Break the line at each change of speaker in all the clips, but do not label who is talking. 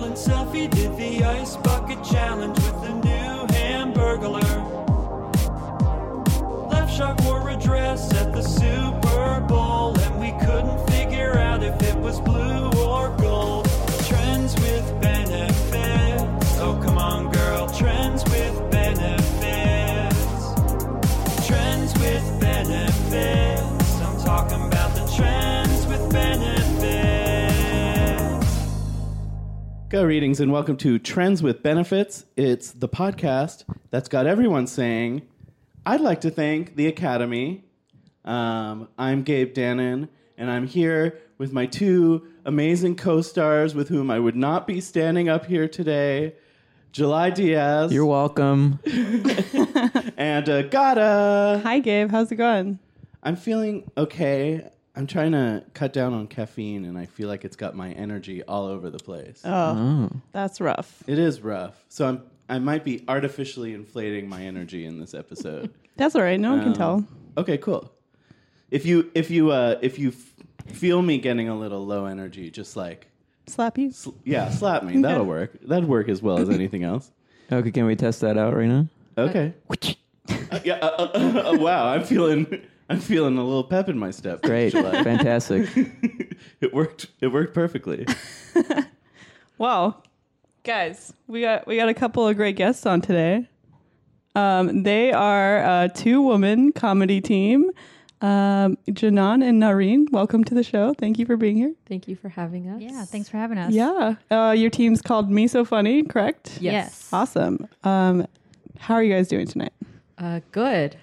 Murphy did the ice bucket challenge with the new Hamburglar. Left Shark wore a dress at the Super Bowl, and we couldn't figure out if it was blue or gold. Trends with benefits. Oh, come on, girl. Trends with benefits. Trends with benefits. I'm talking about the trends with benefits.
Go readings and welcome to Trends with Benefits. It's the podcast that's got everyone saying, I'd like to thank the Academy. Um, I'm Gabe Dannon, and I'm here with my two amazing co stars with whom I would not be standing up here today July Diaz
You're welcome.
and uh, Gata.
Hi, Gabe. How's it going?
I'm feeling okay. I'm trying to cut down on caffeine, and I feel like it's got my energy all over the place.
Oh, that's rough.
It is rough. So I'm I might be artificially inflating my energy in this episode. Um,
That's all right. No one can tell.
okay, cool. If you if you uh if you f- feel me getting a little low energy, just like
Slap you.
sl- yeah, slap me. That'll work. That'd work as well as anything else.
Okay, can we test that out right now?
Okay. Uh, yeah. Uh, uh, uh, uh, wow. I'm feeling I'm feeling a little pep in my step.
Great,
July.
fantastic.
it worked. It worked perfectly.
Wow, guys, we got we got a couple of great guests on today. Um, they are a two woman comedy team. Um, Janan and Nareen, welcome to the show. Thank you for being here.
Thank you for having us.
Yeah, thanks for having us.
Yeah, uh, your team's called Me So Funny, correct?
Yes.
Awesome. Um, how are you guys doing tonight?
Uh, good.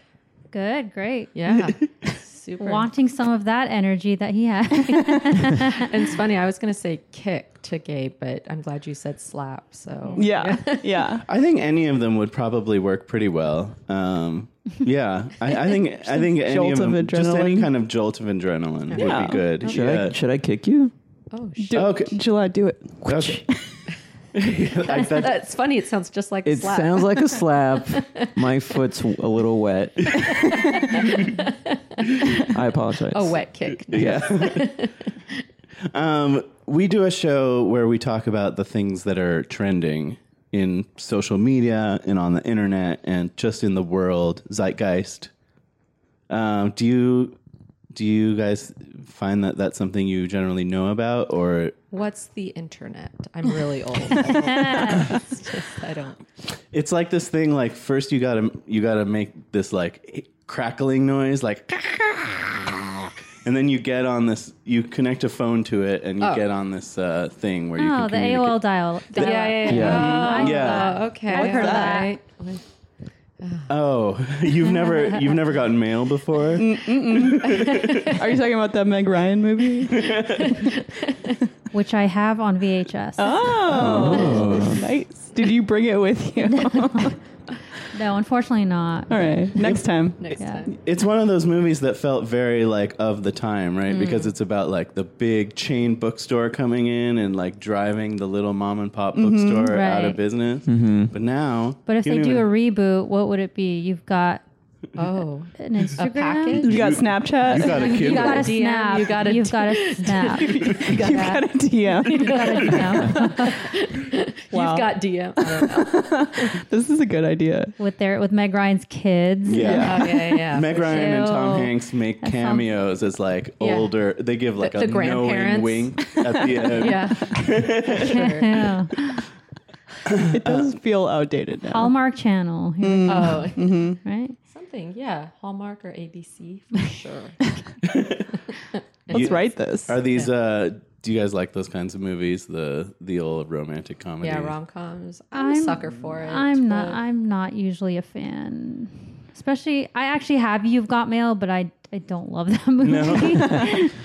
Good, great.
Yeah. Super.
Wanting some of that energy that he had.
And it's funny. I was gonna say kick to Gabe, but I'm glad you said slap. So
Yeah, yeah.
I think any of them would probably work pretty well. Um, yeah, I, I think I think any
jolt
of them,
of
just any
adrenaline.
kind of jolt of adrenaline would
Yeah.
be good.
Should
Yeah.
I should I kick you?
Oh
Do,
shit.
Okay.
July, do it.
Okay. I- that-
That's funny. It sounds just like
It
slap.
sounds like a slap. My foot's a little wet. I apologize.
a wet kick.
yeah. um, we do a show where we talk about the things that are trending in social media and on the internet and just in the world zeitgeist. Um, do you do you guys find that that's something you generally know about or
What's the internet? I'm really old. I don't- it's just, I don't.
It's like this thing. Like first, you gotta you gotta make this like crackling noise, like, and then you get on this. You connect a phone to it, and you
Oh.
get on this uh, thing where you
oh,
can
the
communicate.
AOL dial. dial
Yeah, yeah, yeah.
Yeah.
Oh,
Yeah.
Okay.
I've heard of that.
alright.
Oh, you've never you've never gotten mail before.
Mm,
Are you talking about that Meg Ryan movie?
Which I have on VHS.
Oh, nice. Did you bring it with you?
No, unfortunately not.
All right, next time.
Next
Yeah.
time.
It's one of those movies that felt very like of the time, right?
Mm.
Because it's about like the big chain bookstore coming in and like driving the little mom and pop bookstore out of
Mm-hmm, right.
business. But now,
But if
you
they
don't
do a
even-
reboot, what would it be? You've got
Oh.
an Instagram.
package?
You got
you
Snapchat.
got a
You've
kid.
got a
DM,
snap.
you got a
You've got a snap. You've
You got, a DM.
got a DM.
Wow.
You've got DM. I don't know.
This is a good idea.
with their with Meg Ryan's kids.
yeah.
Oh, yeah, yeah.
Meg Ryan and Tom
Ew.
Hanks make
sounds-
cameos as like
Yeah.
older. They give like
The-
a
the
knowing
grandparents.
wink at the end.
yeah. Sure.
Yeah.
It does feel outdated now.
Hallmark Channel, here,
Oh,
right?
something. Yeah. Hallmark or ABC for sure.
Let's
You-
write this.
Are these? uh Do you guys like those kinds of movies? The the old romantic comedy.
Yeah, rom coms. I'm, a
I'm-
sucker for it.
I'm not.
but-
I'm not usually a fan. Especially, I actually have You've Got Mail, but I I don't love that movie.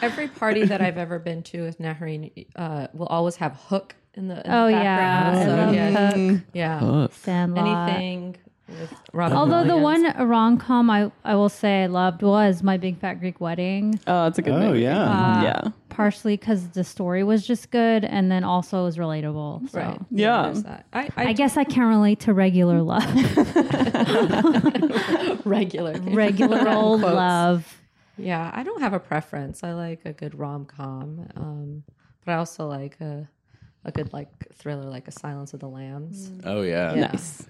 Every party that I've ever been to with Nahreen uh, will always have Hook in the, in the
Oh yeah,
background.
I
so,
love
yeah,
Hook,
yeah.
Sandlot.
Anything with Robin
Although the
Williams.
one rom com I, I will say I loved was My Big Fat Greek Wedding,
oh, it's a good
Oh
movie.
yeah.
Uh,
yeah.
partially because the story was just good, and then also it was relatable. So.
Right.
Yeah.
there's that. I, I,
I guess I can relate to regular love,
regular.
regular old
Quotes.
love.
Yeah, I don't have a preference. I like a good rom com, um, but I also like a, a good like thriller like a Silence of the Lambs.
Oh yeah.
Yeah.
Nice.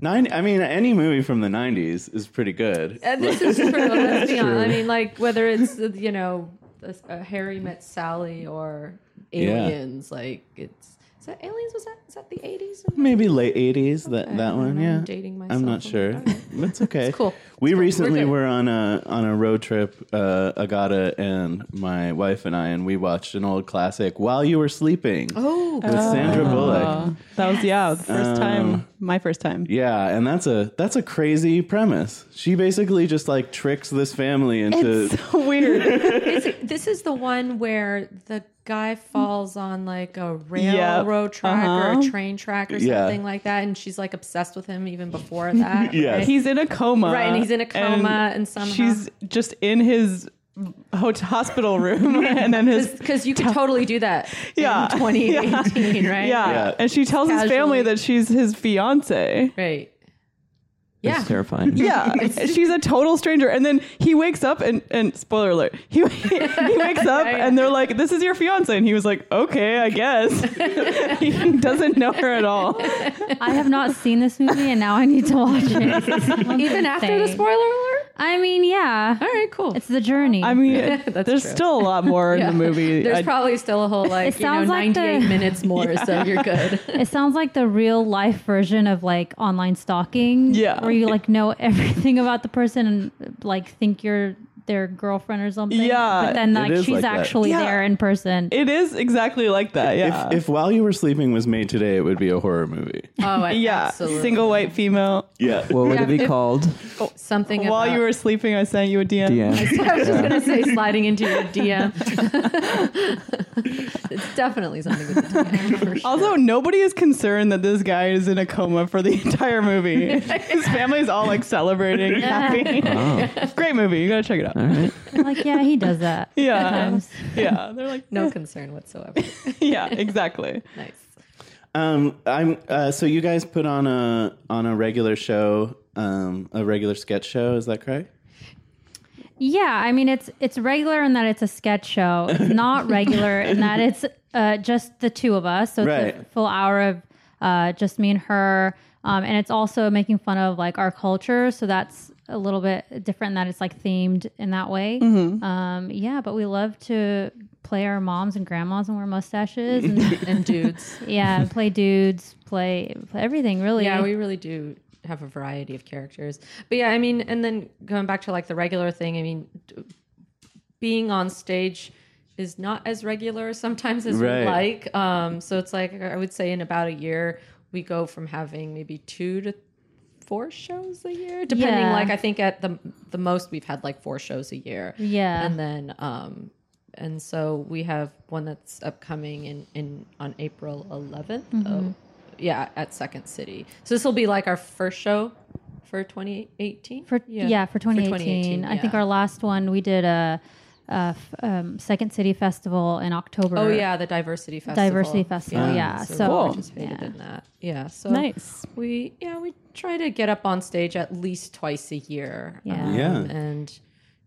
Nine. I mean, any movie from the '90s is pretty good.
And this is true. Let's be honest. I mean, like whether it's uh, you know a, a Harry Met Sally or
Yeah.
Aliens, like it's is that Aliens? Was that is that the eighties?
Maybe late '80s. That
Okay, I
that
don't
one.
know.
Yeah.
I'm dating
I'm
myself.
not sure.
All right.
That's okay.
It's cool.
We recently
good.
were on a on a road trip, uh, Agata and my wife and I, and we watched an old classic, "While You Were Sleeping,"
Oh,
with Sandra Bullock.
Uh,
Oh, that was yeah, the
um,
first time, my first time.
Yeah, and that's a that's a crazy premise. She basically just like tricks this family into
It's so weird.
Is- this is the one where the guy falls on like a railroad track or
Uh-huh.
a train track or something
Yeah.
like that, and she's like obsessed with him even before that.
Yes.
right?
he's in a coma.
Right, and he's in a coma and somehow-
she's just in his hot- hospital room, and then his
because you could totally do that
Yeah.
in 2018,
yeah.
right?
Yeah.
and she tells his
Casually.
family that she's his fiance.
Right.
It's
Yeah.
terrifying.
Yeah, she's a total stranger. And then he wakes up and, and spoiler alert, he, he wakes up and they're like, this is your fiance. And he was like, okay, I guess. he doesn't know her at all.
I have not seen this movie, and now I need to watch it.
Even after the
insane.
spoiler alert?
I mean, yeah,
All right, cool.
it's the journey.
I mean,
That's
there's
true.
still a lot more in
Yeah.
the movie.
There's
I-
probably still a whole like
It
you know
sounds like
98
the-
minutes more, so you're good.
it sounds like the real life version of like online stalking.
Yeah.
where you like know everything about the person and like think you're their girlfriend or something.
Yeah.
but then
It
like
is
she's
like that.
actually
Yeah.
there in person.
it is exactly like that. Yeah.
If, if While You Were Sleeping was made today, it would be a horror movie.
Oh, I-
yeah.
absolutely.
Single white female.
Yeah.
What would
Yeah,
it be
if-
called?
something
While
about-
you were sleeping, I sent you a DM.
DM.
I was just gonna say sliding into your DM. it's definitely something with the DM. for sure.
Also, nobody is concerned that this guy is in a coma for the entire movie. His family's all like celebrating, happy.
Oh,
Great movie. You got to check it out.
all right.
like yeah, he does that.
Yeah.
sometimes.
Yeah. They're like,
no concern whatsoever.
yeah, exactly.
Nice.
Um, I'm uh, so you guys put on a on a regular show, um, a regular sketch show. Is that correct?
Yeah, I mean it's it's regular in that it's a sketch show. It's not regular in that it's uh, just the two of us. So it's a
Right.
full hour of uh, just me and her, um, and it's also making fun of like our culture. So that's a little bit different. In that it's like themed in that way. Um, yeah, but we love to play our moms and grandmas and wear mustaches and
And dudes.
yeah, and play dudes, play, play everything really.
Yeah, we really do have a variety of characters. But yeah, I mean, and then going back to like the regular thing, I mean, d- being on stage is not as regular sometimes as
Right.
we like. Um, so it's like I would say in about a year we go from having maybe two to four shows a year, depending.
Yeah.
Like I think at the the most we've had like four shows a year.
Yeah.
and then um, and so we have one that's upcoming in in on April 11th.
Mm-hmm.
Oh, yeah, at Second City. So this will be like our first show for 2018.
For yeah, for 2018. I think our last one we did a, a f- um, Second City Festival in October.
Oh yeah, the diversity festival.
Diversity Festival, yeah.
so,
So-
we
Cool.
participated
Yeah.
in that. Yeah. So
Nice.
We yeah we try to get up on stage at least twice a year. um,
Yeah.
Yeah.
And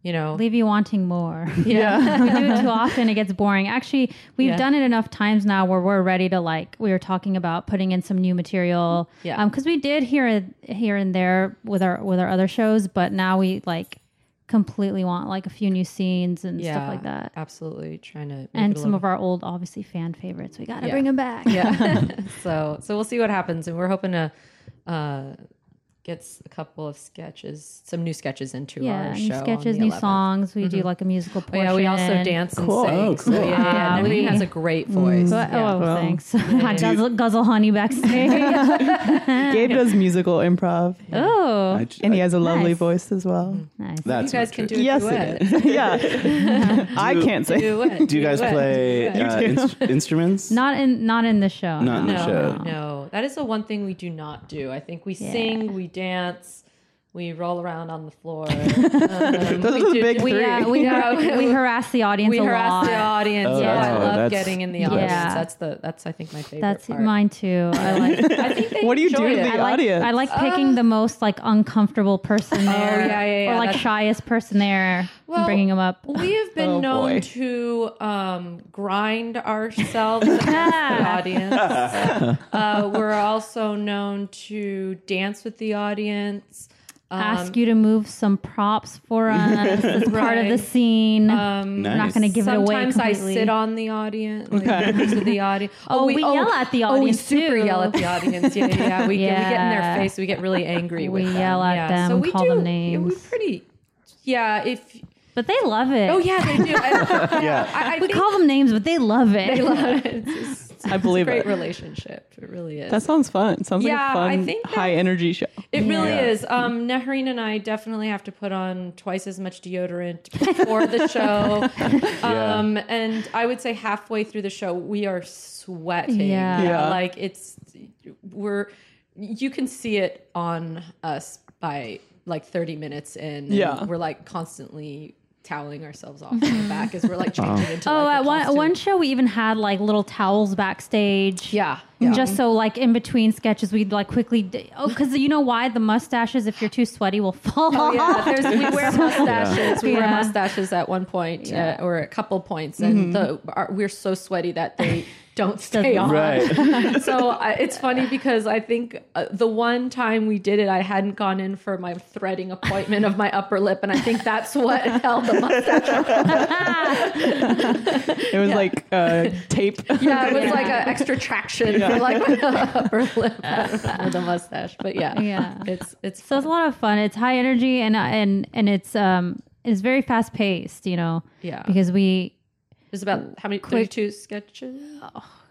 you know
leave you wanting more.
yeah
If you do it too often, it gets boring. Actually, we've
Yeah.
done it enough times now where we're ready to like. We were talking about putting in some new material,
Yeah.
Because we did here, here and there with our with our other shows, but now we like completely want like a few new scenes and
yeah
stuff like that,
Absolutely trying to make
and
it a
some
little-
of our old obviously fan favorites. We gotta
Yeah.
bring them back.
yeah so so we'll see what happens and we're hoping to uh get s- a couple of sketches some new sketches into
yeah,
our
new
show on
sketches,
the
new
11th.
songs. We do like a musical
oh,
portion.
yeah we also dance and
Cool.
sing
Oh,
so,
cool.
yeah, yeah, yeah.
Wow.
Naveen has a great voice
So-
yeah.
Oh, thanks. Had guzzle, guzzle honey backstage.
Ah.
Gabe does musical improv,
oh,
j-
and he has a lovely
Nice.
voice as well.
nice.
you
that's
guys
not
can do
true.
a
Yes,
duet.
it is. yeah. I can't say.
Duet,
Do you guys
duet.
play uh, ins- instruments?
Not in not in the show.
Not in
no
the show.
no that is the one thing we do not do i think we sing we dance We roll around on the floor. Um,
Those are the big
We,
three.
uh, we,
Yeah.
we harass the audience
we
a
harass
lot.
the audience.
Oh,
yeah,
that's
I
cool.
love
That's-
getting in the audience.
Yeah.
That's the that's I think my favorite
That's
part.
mine too. I like
I think they
What do you do to
enjoyed it. Oh,
the
I
I like,
audience?
I like picking the most like uncomfortable person there,
Oh, yeah, yeah, yeah,
or like
that's-
shyest person there,
Well, um,
and bringing them up.
We have been
Oh,
known
boy.
to um, grind ourselves against the audience. Uh, we're also known to dance with the audience. Um,
Ask you to move some props for us. It's part of the
Right.
scene.
Um,
Nice.
I'm not going to give it away
Sometimes I
completely.
sit on the audience. Like,
Okay.
next to the audience.
Oh, we yell at the audience,
Oh, we super
too.
yell at the audience. Yeah, yeah. yeah. We, get- we get in
Yeah.
their face. We get really angry.
We
with
yell
them.
at
yeah.
them,
So we
call
do,
them
Yeah,
names.
we pretty. Yeah. If.
but they love it.
Oh yeah, they do. I,
Yeah.
I, I
we
think
call them names, but they love it.
they love it. It's just-
I believe
great
it.
relationship. It really is.
That sounds fun. Sounds like
Yeah,
a
I
fun,
think that-
high energy show.
it really is. Um, Nahreen and I definitely have to put on twice as much deodorant before the show. Um, and I would say halfway through the show, we are sweating.
Yeah.
Yeah.
Like it's, we're, you can see it on us by like 30 minutes in. and
Yeah.
We're like constantly toweling ourselves off in the back as we're like changing into
Oh,
like, a
at one,
costume.
one show we even had like little towels backstage.
Yeah. yeah.
Just so, like in between sketches, we'd like quickly. D- oh, because you know why the mustaches, if you're too sweaty, will fall
Oh,
off.
yeah, there's, we wear mustaches. We wear
Yeah.
mustaches at one point, uh, or a couple points, and the, our, we're so sweaty that they don't Mm-hmm. stay on.
Right.
so I, it's funny because I think uh, the one time we did it, I hadn't gone in for my threading appointment of my upper lip, and I think that's what held the mustache.
It was like uh, tape.
Yeah, it was
Yeah.
like an extra traction for like my upper lip and the mustache. But yeah,
Yeah.
it's it's
So it's a lot of fun. It's high energy and uh, and and it's um it's very fast paced, you know.
Yeah.
Because we
There's about how many
Quick-
thirty-two sketches.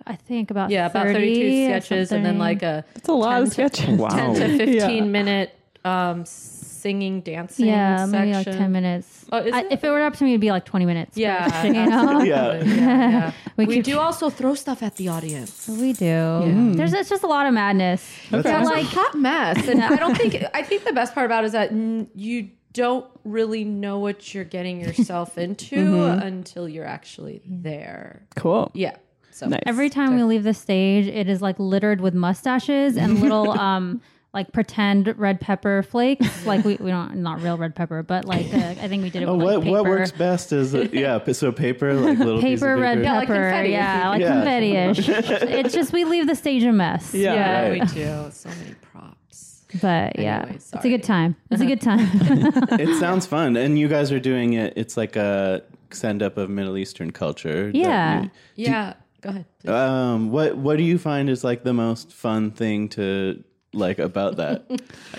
I think about
Yeah, about 32
30 or
sketches and then
something.
like a
It's a lot of
10 to-
sketches.
Wow.
10 to 15
Oh. Yeah.
minute um, singing, dancing
yeah,
section.
maybe like 10 minutes.
Oh, is
I,
it?
if it were up to me it'd be like 20 minutes. but,
Yeah,
you know.
Yeah.
yeah.
We
We,
keep-
do also throw stuff at the audience.
We do. There's it's just a lot of madness.
It's
But
like
like
hot mess. And I don't think, I think the best part about it is that mm, you don't really know what you're getting yourself into
Mm-hmm.
until you're actually there.
Cool.
Yeah. So
Nice.
every time we leave the stage it is like littered with mustaches and little um like pretend red pepper flakes. Like we, we don't not real red pepper, but like the, I think we did it
Oh,
with like,
what what
paper.
works best is uh, yeah. p- So paper, like little piece of
paper, red
Yeah, like
pepper.
confetti.
yeah, like
Yeah.
confetti-ish. it's just we leave the stage a mess.
Yeah.
yeah,
Right.
we do. So many props.
But yeah,
Anyway,
it's a good time. It's a good time.
It sounds fun, and you guys are doing it. It's like a send up of Middle Eastern culture. that
Yeah.
you-
Yeah. Go ahead.
um. What What do you find is like the most fun thing to like about that?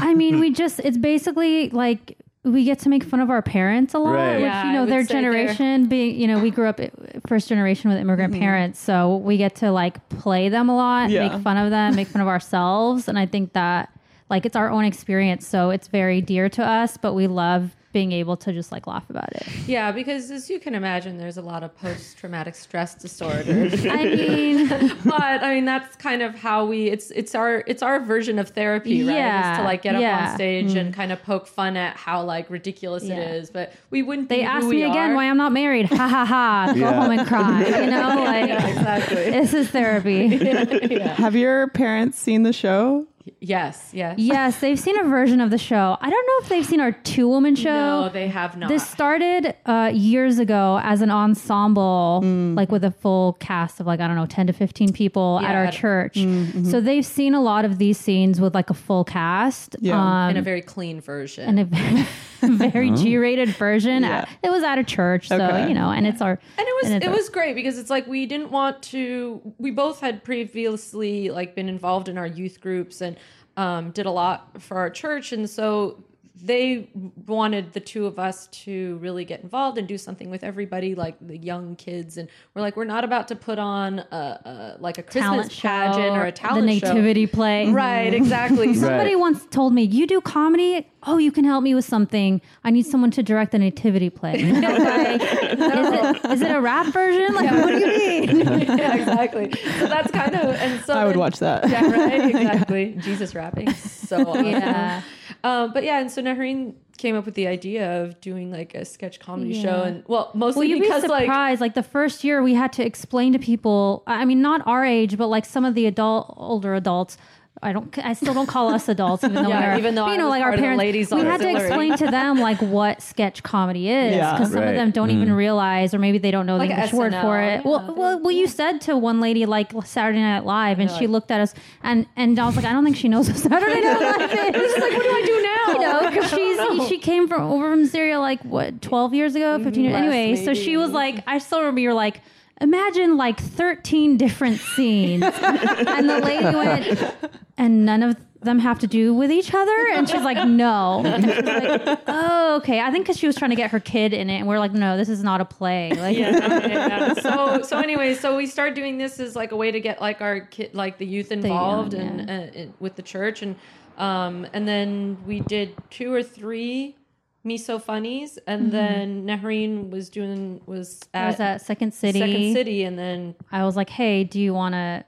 I mean, we just it's basically like we get to make fun of our parents a lot,
Right.
which
Yeah,
you
I
know
would
their
say they're-
generation being you know we grew up i- first generation with immigrant
Mm-hmm.
parents, so we get to like play them a lot,
Yeah.
make fun of them, make fun of ourselves, and I think that like it's our own experience, so it's very dear to us, but we love being able to just like laugh about it.
Uh.
Yeah, because as you can imagine, there's a lot of post traumatic stress disorder.
I mean.
but I mean, that's kind of how we. It's it's our it's our version of therapy, right? Is
Yeah,
to like get up
yeah. Mm.
on stage and kind of poke fun at how like ridiculous
Yeah.
it is. But we wouldn't.
They
be who
asked
we
me again
are.
why I'm not married. Ha ha ha. Go
Yeah.
home and cry. You know, like
Yeah, exactly.
this is therapy.
Have your parents seen the show?
yes. Yes.
Yes, they've seen a version of the show. I don't know if they've seen our two woman show.
No, they have not.
this started uh, years ago as an ensemble,
Mm.
like with a full cast of like, I don't know, 10 to 15 people at
Yeah.
our church.
Mm, mm-hmm.
So they've seen a lot of these scenes with like a full cast.
Yeah.
in a very clean version.
and a very G-rated version. At- it was at a church, so
Oh. Okay.
you know, and it's our
and it was
it's
it
our-
was great because it's like we didn't want to we both had previously like been involved in our youth groups and um, did a lot for our church and so they wanted the two of us to really get involved and do something with everybody like the young kids and we're like we're not about to put on a, a like a
talent
christmas pageant
show,
or a talent
the
show.
nativity play.
Mm-hmm.
right exactly So
Right.
Somebody once told me, "You do comedy? Oh, you can help me with something. I need someone to direct the nativity play. Like, is, it, is it a rap version? Like, what do you mean?
yeah, exactly. So that's kind of and so
I would
then-
watch that.
Yeah, right. Exactly. Jesus rapping, so awesome.
Yeah.
Um, but yeah, and so Nahreen came up with the idea of doing like a sketch comedy show,
Yeah.
and well,
Well,
mostly
you'd be
because
surprised.
like
Like, the first year, we had to explain to people. I I mean, not our age, but like some of the adult, older adults. I don't. I still don't call us adults, even though
Yeah,
we're,
even though
you
I
know,
was
like our
part of the
parents.
ladies'
we had to
auxiliary.
explain to them like what sketch comedy is,
Yeah.
because some
Right.
of them don't even realize, or maybe they don't know
Mm. Like
the English word
SNL,
for it.
yeah,
well,
they-
well, well, you said to one lady like Saturday Night Live, and
They're
she
like-
looked at us, and and I was like, I don't think she knows what Saturday Night Live is. like, what do I do now? You know, 'cause she's she came from over from Syria like what twelve years ago, fifteen years.
Less,
Anyway, so she was
maybe.
like, I still remember you were like. Imagine like 13 different scenes. and the lady went, and none of them have to do with each other. And she's like, no. And she's like, oh, okay. I think because she was trying to get her kid in it. And we're like, no, this is not a play. Like,
yeah, yeah. So so anyway, so we started doing this as like a way to get like our kid, like the youth involved
young,
and, uh, and with the church, and um, and then we did two or three miso funnies, and then Nahreen was doing was
I
at,
was at Second City.
Second City, and then
I was like, hey, do you want to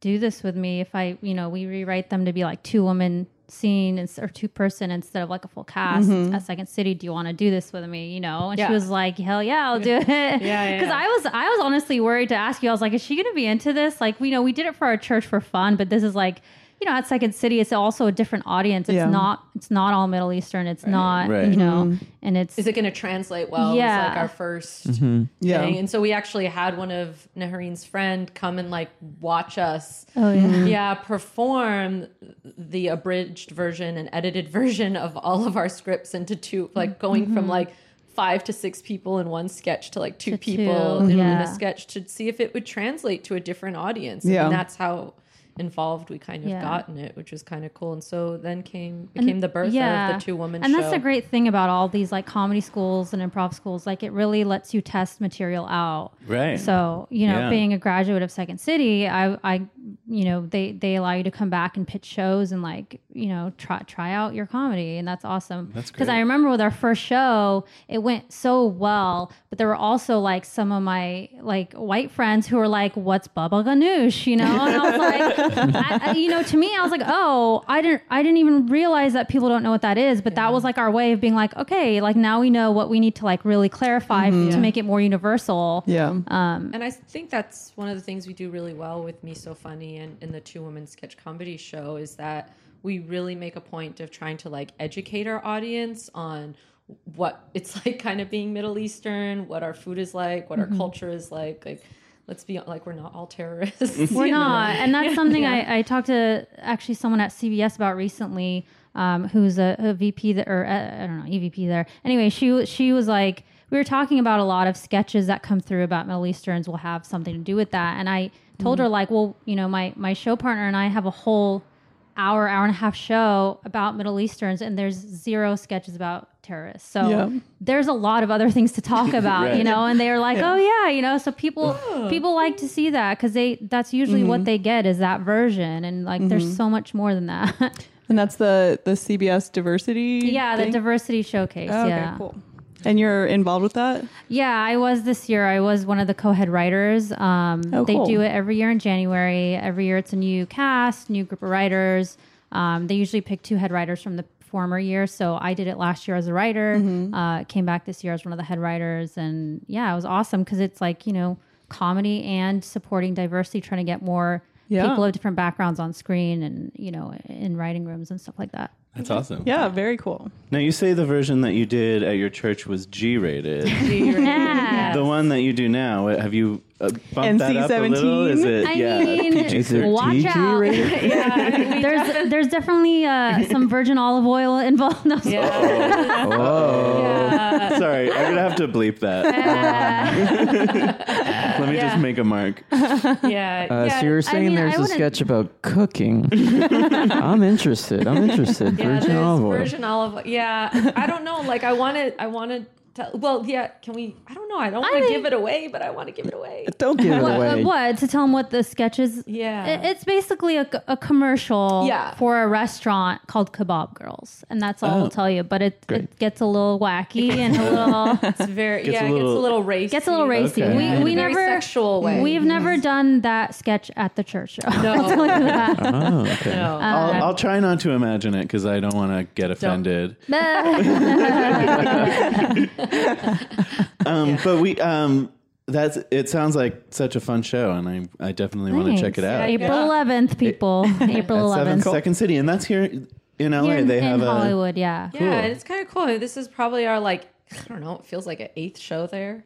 do this with me? If I, you know, we rewrite them to be like two woman scene ins- or two person instead of like a full cast at Second City. Do you want to do this with me? You know,
Mm-hmm.
and
Yeah.
she was like, hell yeah, I'll do it. Yeah,
yeah,
Because
yeah.
I was, I was honestly worried to ask you. I was like, is she going to be into this? Like, we know we did it for our church for fun, but this is like. You know, at Second City, it's also a different audience. It's
Yeah.
not, it's not all Middle Eastern. It's not,
Right.
you know, and it's
Mm-hmm. is it going to translate well? was like
Yeah.
our 1st
Yeah.
thing. And so we actually had one of Nahreen's friend come and like watch us
oh yeah,
yeah, perform the abridged version and edited version of all of our scripts into two like going from like five to six people in one sketch to like two
Mm-hmm. To
people
two,
in, in
yeah.
a sketch to see if it would translate to a different audience.
Yeah.
And that's how involved we kind of
Yeah.
got in it, which was kind of cool. And so then came became the birth of the two woman
and
show.
that's the great thing about all these like comedy schools and improv schools like it really lets you test material out
Right.
so you know
Yeah.
being a graduate of second city i i you know they they allow you to come back and pitch shows and like you know try try out your comedy and that's awesome
That's
because
great.
i remember with our first show it went so well but there were also like some of my like white friends who were like what's baba ganoush you know and i was like I, I- you know to me i was like oh i didn't i didn't even realize that people don't know what that is but that was like our way of being like okay like now we know what we need to like really clarify to make it more universal
Yeah.
And I think that's one of the things we do really well with Me So Funny and, and the Two Women Sketch Comedy Show is that we really make a point of trying to like educate our audience on what it's like kind of being Middle Eastern, what our food is like, what our culture is like. Like, let's be like, we're not all terrorists.
We're
you know?
not. And that's something I, I talked to actually someone at CBS about recently, um, who's a, a VP that, or uh, I don't know, EVP there. Anyway, she she was like, we were talking about a lot of sketches that come through about Middle Easterns will have something to do with that. And I told her like, well, you know, my my show partner and I have a whole hour, hour and a half show about Middle Easterns, and there's zero sketches about terrorists. So
Yeah.
there's a lot of other things to talk about,
Right.
you know. And they are like, oh yeah, you know. So people people like to see that because they that's usually what
Mm-hmm.
they get is that version, and like there's so much more than that.
And that's the the CBS diversity.
yeah, the
thing?
diversity showcase.
Oh, okay,
yeah.
cool. And you're involved with that?
Yeah, I was this year. I was one of the co-head writers. Um,
Oh,
they
cool.
do it every year in January. Every year, it's a new cast, new group of writers. Um, they usually pick two head writers from the former year. So I did it last year as a writer.
Mm-hmm.
Uh, came back this year as one of the head writers, and yeah, it was awesome because it's like you know comedy and supporting diversity, trying to get more
Yeah.
people of different backgrounds on screen and you know in writing rooms and stuff like that.
That's awesome.
Yeah, very cool.
Now you say the version that you did at your church was G-rated.
Yeah.
The one that you do now, have you uh, bumped that up a little?
NC-17?
Is it
I
yeah?
mean, watch out. there's there's definitely uh, some virgin olive oil involved. No, I'm
Yeah.
Sorry, I'm gonna have to bleep
Uh,
that. Let me just make a mark.
yeah.
Uh,
yeah.
so you were
I
saying
mean, I
there's a
wouldn't-
sketch about cooking. I'm interested. I'm interested.
Yeah,
Virgin
there's
olive oil.
virgin olive oil. Yeah, I don't know. Like, I want to. I want to Tell, well, yeah. Can we? I don't know. I don't want to
think-
give it away, but I want to give it away.
Don't give it
What,
away.
uh, what to tell them what the sketch is?
Yeah.
It- it's basically a, c- a commercial
Yeah.
for a restaurant called Kebab Girls, and that's all
Oh.
I'll tell you. But it,
Great.
it gets a little wacky and a little
It's very
Gets
yeah.
a
it gets
little-
a little racy.
gets a little racy.
Okay.
We,
In
we
a very
never
sexual way.
We've never done that sketch at the church show.
No.
oh, okay.
No.
Uh,
I'll, I'll try not to imagine it because I don't want to get offended. Um, But we, um, that's. It sounds like such a fun show, and I, I definitely want to check it out.
April 11th, people. April
At
11th.
Seven Second City, and that's here in LA.
Here in,
they
in
have a
Hollywood, yeah.
yeah, and it's kind of cool. This is probably our like I don't know. It feels like an eighth show there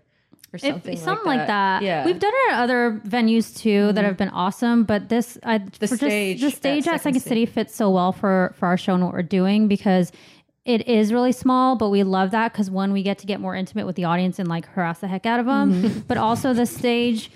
or
If-
something.
something
like,
like that.
Yeah, Mm-hmm.
we've done it at other venues too that have been awesome, but this I, the
stage at
just, the stage
Second
at Second City fits so well for for our show and what we're doing because it is really small, but we love that because one, we get to get more intimate with the audience and like harass the heck out of them,
Mm-hmm.
but also the stage.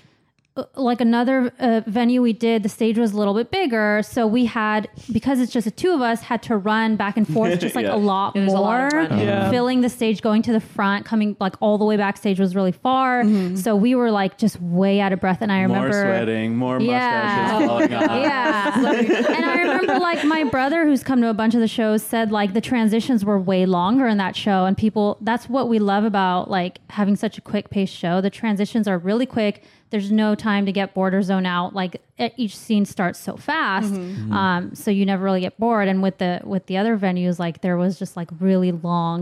uh, Like another uh, venue we did, the stage was a little bit bigger, so we had because it's just the two of us had to run back and forth just like
Yeah.
a lot
there's a
more
lot of running.
Yeah.
filling the stage, going to the front, coming like all the way backstage was really far.
Mm-hmm.
So we were like just way out of breath. And I
More
remember
sweating, more
Yeah.
mustaches falling off.
Yeah. and I remember like my brother who's come to a bunch of the shows said like the transitions were way longer in that show and people that's what we love about like having such a quick paced show. The transitions are really quick. There's no time to get bored or zone out. Like e- each scene starts so fast, um, so you never really get bored. And with the with the other venues, like there was just like really long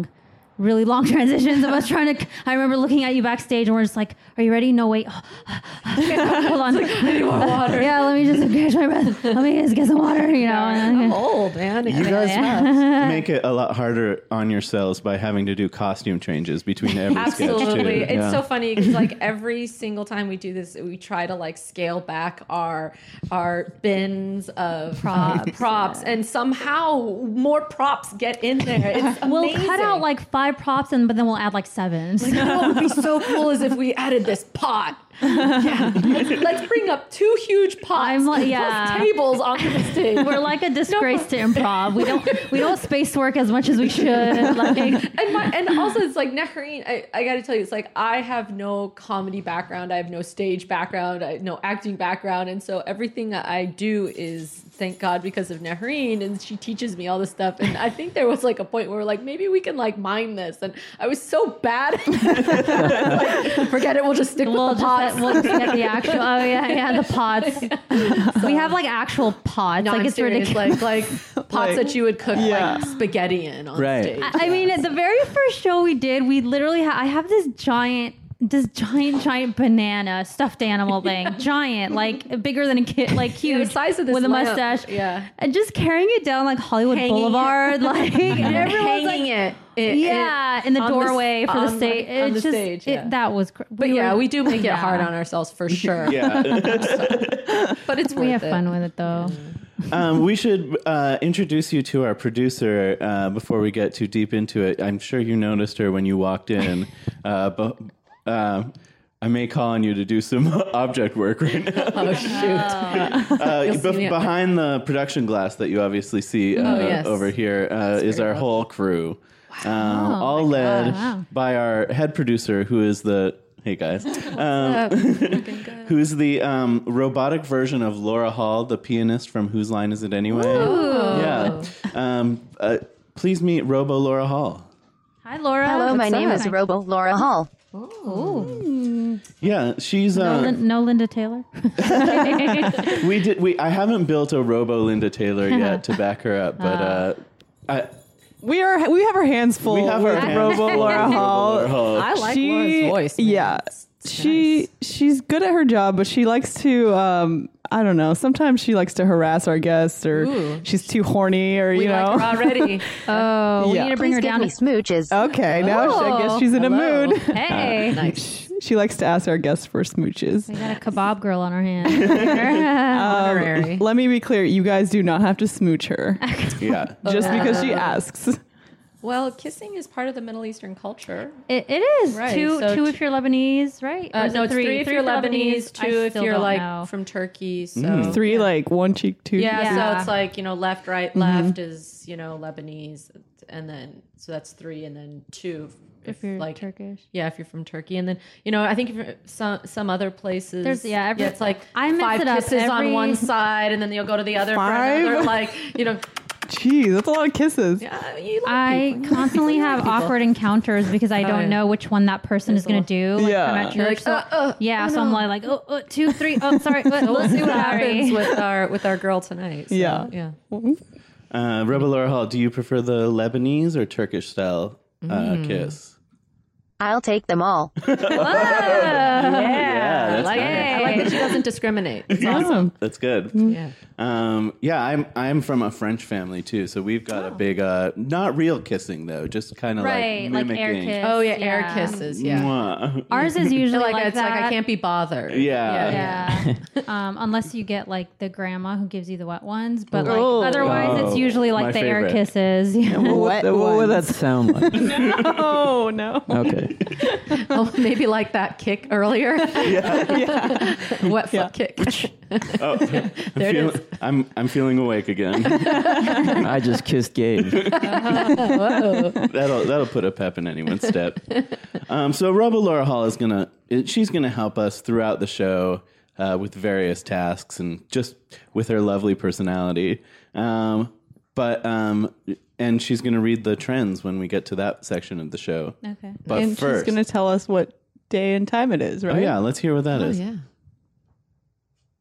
really long transitions of us trying to. I remember looking at you backstage, and we're just like, "Are you ready? No, wait, hold on. water. Yeah, let me just catch my breath. Let me just get some water. You know, and
I'm old man.
You guys
Yeah.
make it a lot harder on yourselves by having to do costume changes between every sketch.
Absolutely.
Too.
It's so funny because like every single time we do this, we try to like scale back our our bins of props, props and somehow more props get in there. It's
we'll
amazing.
cut out like five props, and but then we'll add like seven. So-
what would be so cool is if we added this pot. Yeah. Let's, let's bring up two huge pots
I'm like-
plus
yeah.
tables on the stage.
we're like a disgrace to improv. We don't we don't space work as much as we should. Like
and my, and also it's like Nehrine, I, I gotta tell you, it's like I have no comedy background, I have no stage background, I have no acting background, and so everything that I do is thank God because of Nehrine, and she teaches me all this stuff. And I think there was like a point where we're like maybe we can like mime this, and I was so bad, like, forget it, we'll just stick
we'll
with the
just
pots.
we'll just get the actual. Oh yeah, yeah, the pots. We have like actual pots.
no,
like
I'm
it's
serious,
ridiculous.
Like like pots that you would cook like spaghetti in on
Right.
stage.
I I mean, at the very first show we did, we literally ha- I have this giant, this giant, giant banana stuffed animal thing, giant, like bigger than a kid, like huge,
size of this
with a
lamp.
mustache,
Yeah.
and just carrying it down like Hollywood
Hanging it.
Boulevard, like and everyone's like.
hanging it, it-
Yeah,
it-
in the
on s-
doorway for the
on
stage.
on the
It's just-
stage,
it-
yeah.
that was. Cr-
But yeah,
were-
we do make it
Yeah.
hard on ourselves for sure.
Yeah.
But it's worth
We have
it.
fun with it though.
um, we should uh, introduce you to our producer uh, before we get too deep into it. I'm sure you noticed her when you walked in. Uh, but, uh, I may call on you to do some object work right now.
Oh shoot!
Uh,
You'll see
bef-
me-
behind the production glass that you obviously see uh,
Oh, yes.
over here uh, is our whole crew, um,
Oh,
all
my
led
gosh. Wow.
by our head producer, who is the hey guys, um, who is the um, robotic version of Laura Hall, the pianist from Whose Line Is It Anyway? Yeah. Um, uh, please meet Robo Laura Hall.
Hi, Laura.
Hello, my
What's
name
up?
is Robo Laura Hall.
Yeah, she's.
No,
Uh,
Lin- no, Linda Taylor.
we did. We I haven't built a Robo Linda Taylor yet to back her up, but. Uh, I,
We are we have our hands full
we have our
with
hands full
Robo
with
Laura
Robo
Hall.
Laura Hall.
I like
she,
Laura's voice. man.
Yeah. she she's good at her job, but she likes to um I don't know. Sometimes she likes to harass our guests or
Ooh.
she's too horny or
we
you know.
like her already.
Oh, we
Yeah.
need to bring
Please
her
give
down.
me smooches.
okay, now she, I guess she's in
Hello.
a mood.
Hey.
nice.
She likes to ask our guests for smooches.
We got a kebab girl on our hand.
Honorary.
Let me be clear, you guys do not have to smooch her
yeah.
just because she asks.
well, kissing is part of the Middle Eastern culture.
it, it is
Right,
two
so
two
t-
if you're Lebanese, right? Or
Uh,
is
no,
it
it's three, if you're Lebanese,
I
two if
still
you're
don't
like
know.
from Turkey. So
Mm-hmm. Three like one cheek, two
Yeah, so
Yeah. Mm-hmm.
it's like you know, left, right, left is you know Lebanese, and then so that's three, and then two
if, you're Turkish.
Yeah, if you're from Turkey, and then you know, I think if you're- some some other places,
There's- yeah, every-
it's like
I mix
five
it up
kisses
every-
on one side, and then you'll go to the other for another.
Five?
Like you know,
Jeez, that's a lot of kisses.
yeah, you like
I
people.
constantly have
People. Oh,
awkward encounters because I don't
yeah.
know which one that person is
There's a
going to do. Like,
Yeah.
yeah. At
You're
church, so,
like, uh, uh,
yeah.
oh,
So I'm
no.
like, like, oh, oh, two, three. Oh, sorry. Oh,
We'll see what
sorry.
happens with our with our girl tonight. So,
Yeah.
yeah.
Uh, Rebel Laura Hall, do you prefer the Lebanese or Turkish style uh, kiss?
I'll take them all.
Yeah, that's
like
nice.
it. Mm. I like that she doesn't discriminate. It's
Yeah.
awesome.
That's good.
Yeah.
Um, yeah, I'm I'm from a French family too, so we've got a big uh, not real kissing though, just kind of
right,
like
like,
mimicking.
air kiss.
Oh yeah, air kisses. Yeah.
Mwah.
Ours is usually
like,
like,
it's
that.
like I can't be bothered.
Yeah.
Yeah. um, unless you get like the grandma who gives you the wet ones, but like
Oh.
otherwise
Oh,
it's usually
my
like the air
favorite.
kisses.
What,
Wet
what would that
ones.
sound like?
Oh no.
okay.
Oh, maybe like that kick earlier. Wet foot
Yeah.
kick.
Oh, I'm,
it
feel-
is.
I'm I'm feeling awake again.
I just kissed Gabe.
that'll that'll put a pep in anyone's step. Um, so Rebel Laura Hall is gonna it- she's gonna help us throughout the show uh, with various tasks and just with her lovely personality. Um, but um, and she's gonna read the trends when we get to that section of the show.
okay.
But
and
first,
she's gonna tell us what day and time it is, right?
oh yeah, let's hear what that is.
yeah.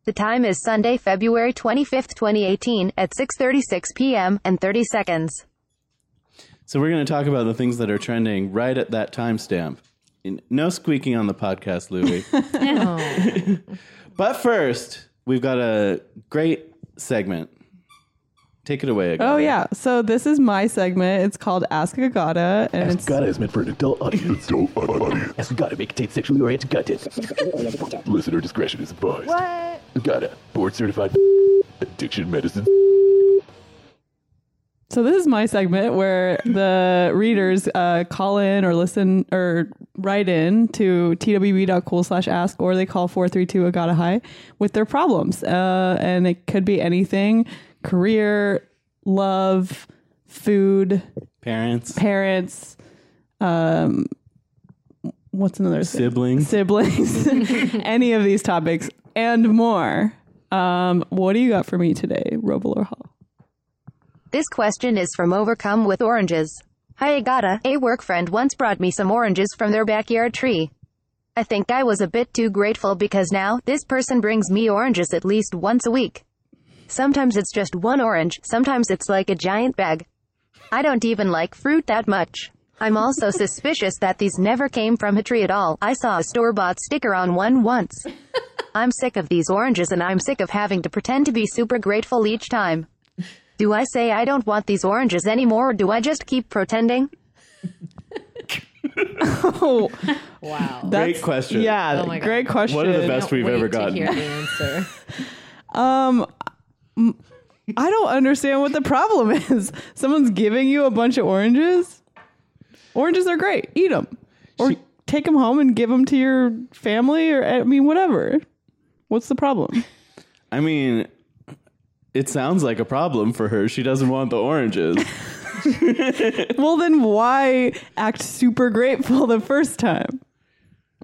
The time is Sunday, February 25th, 2018 at 6:36 p.m. and 30 seconds.
So we're going to talk about the things that are trending right at that timestamp. In- No squeaking on the podcast, Louie. but first, we've got a great segment. Take it away.
Oh
Agata.
yeah. So this is my segment. It's called Ask Agata, and it's
Gutter is meant for an adult audience. adult audience. As Gutter may contain sexually oriented content. Listener discretion is advised. What? Gutter, board certified addiction medicine.
So this is my segment where the readers uh, call in or listen or write in to twb.cool slash ask or they call 432 Agata High with their problems. Uh, and it could be anything career, love, food,
Parents,
parents, um, what's another thing?
siblings.
siblings, any of these topics and more. Um, what do you got for me today, Roble or Hall?
This question is from Overcome with Oranges. Hi Agata, a work friend once brought me some oranges from their backyard tree. I think I was a bit too grateful because now, this person brings me oranges at least once a week. Sometimes it's just one orange, sometimes it's like a giant bag. I don't even like fruit that much. I'm also suspicious that these never came from a tree at all. I saw a store bought sticker on one once. I'm sick of these oranges and I'm sick of having to pretend to be super grateful each time. Do I say I don't want these oranges anymore or do I just keep pretending?
Oh,
Wow.
that's,
Great question.
Yeah,
Oh my God.
great question.
One of the best
Can't
we've
wait
ever
to hear
gotten.
the answer.
I don't understand what the problem is. Someone's giving you a bunch of oranges. Oranges are great. Eat them or take 'em take them home and give them to your family or I mean whatever. What's the problem?
I mean, it sounds like a problem for her. She doesn't want the oranges.
well, then why act super grateful the first time?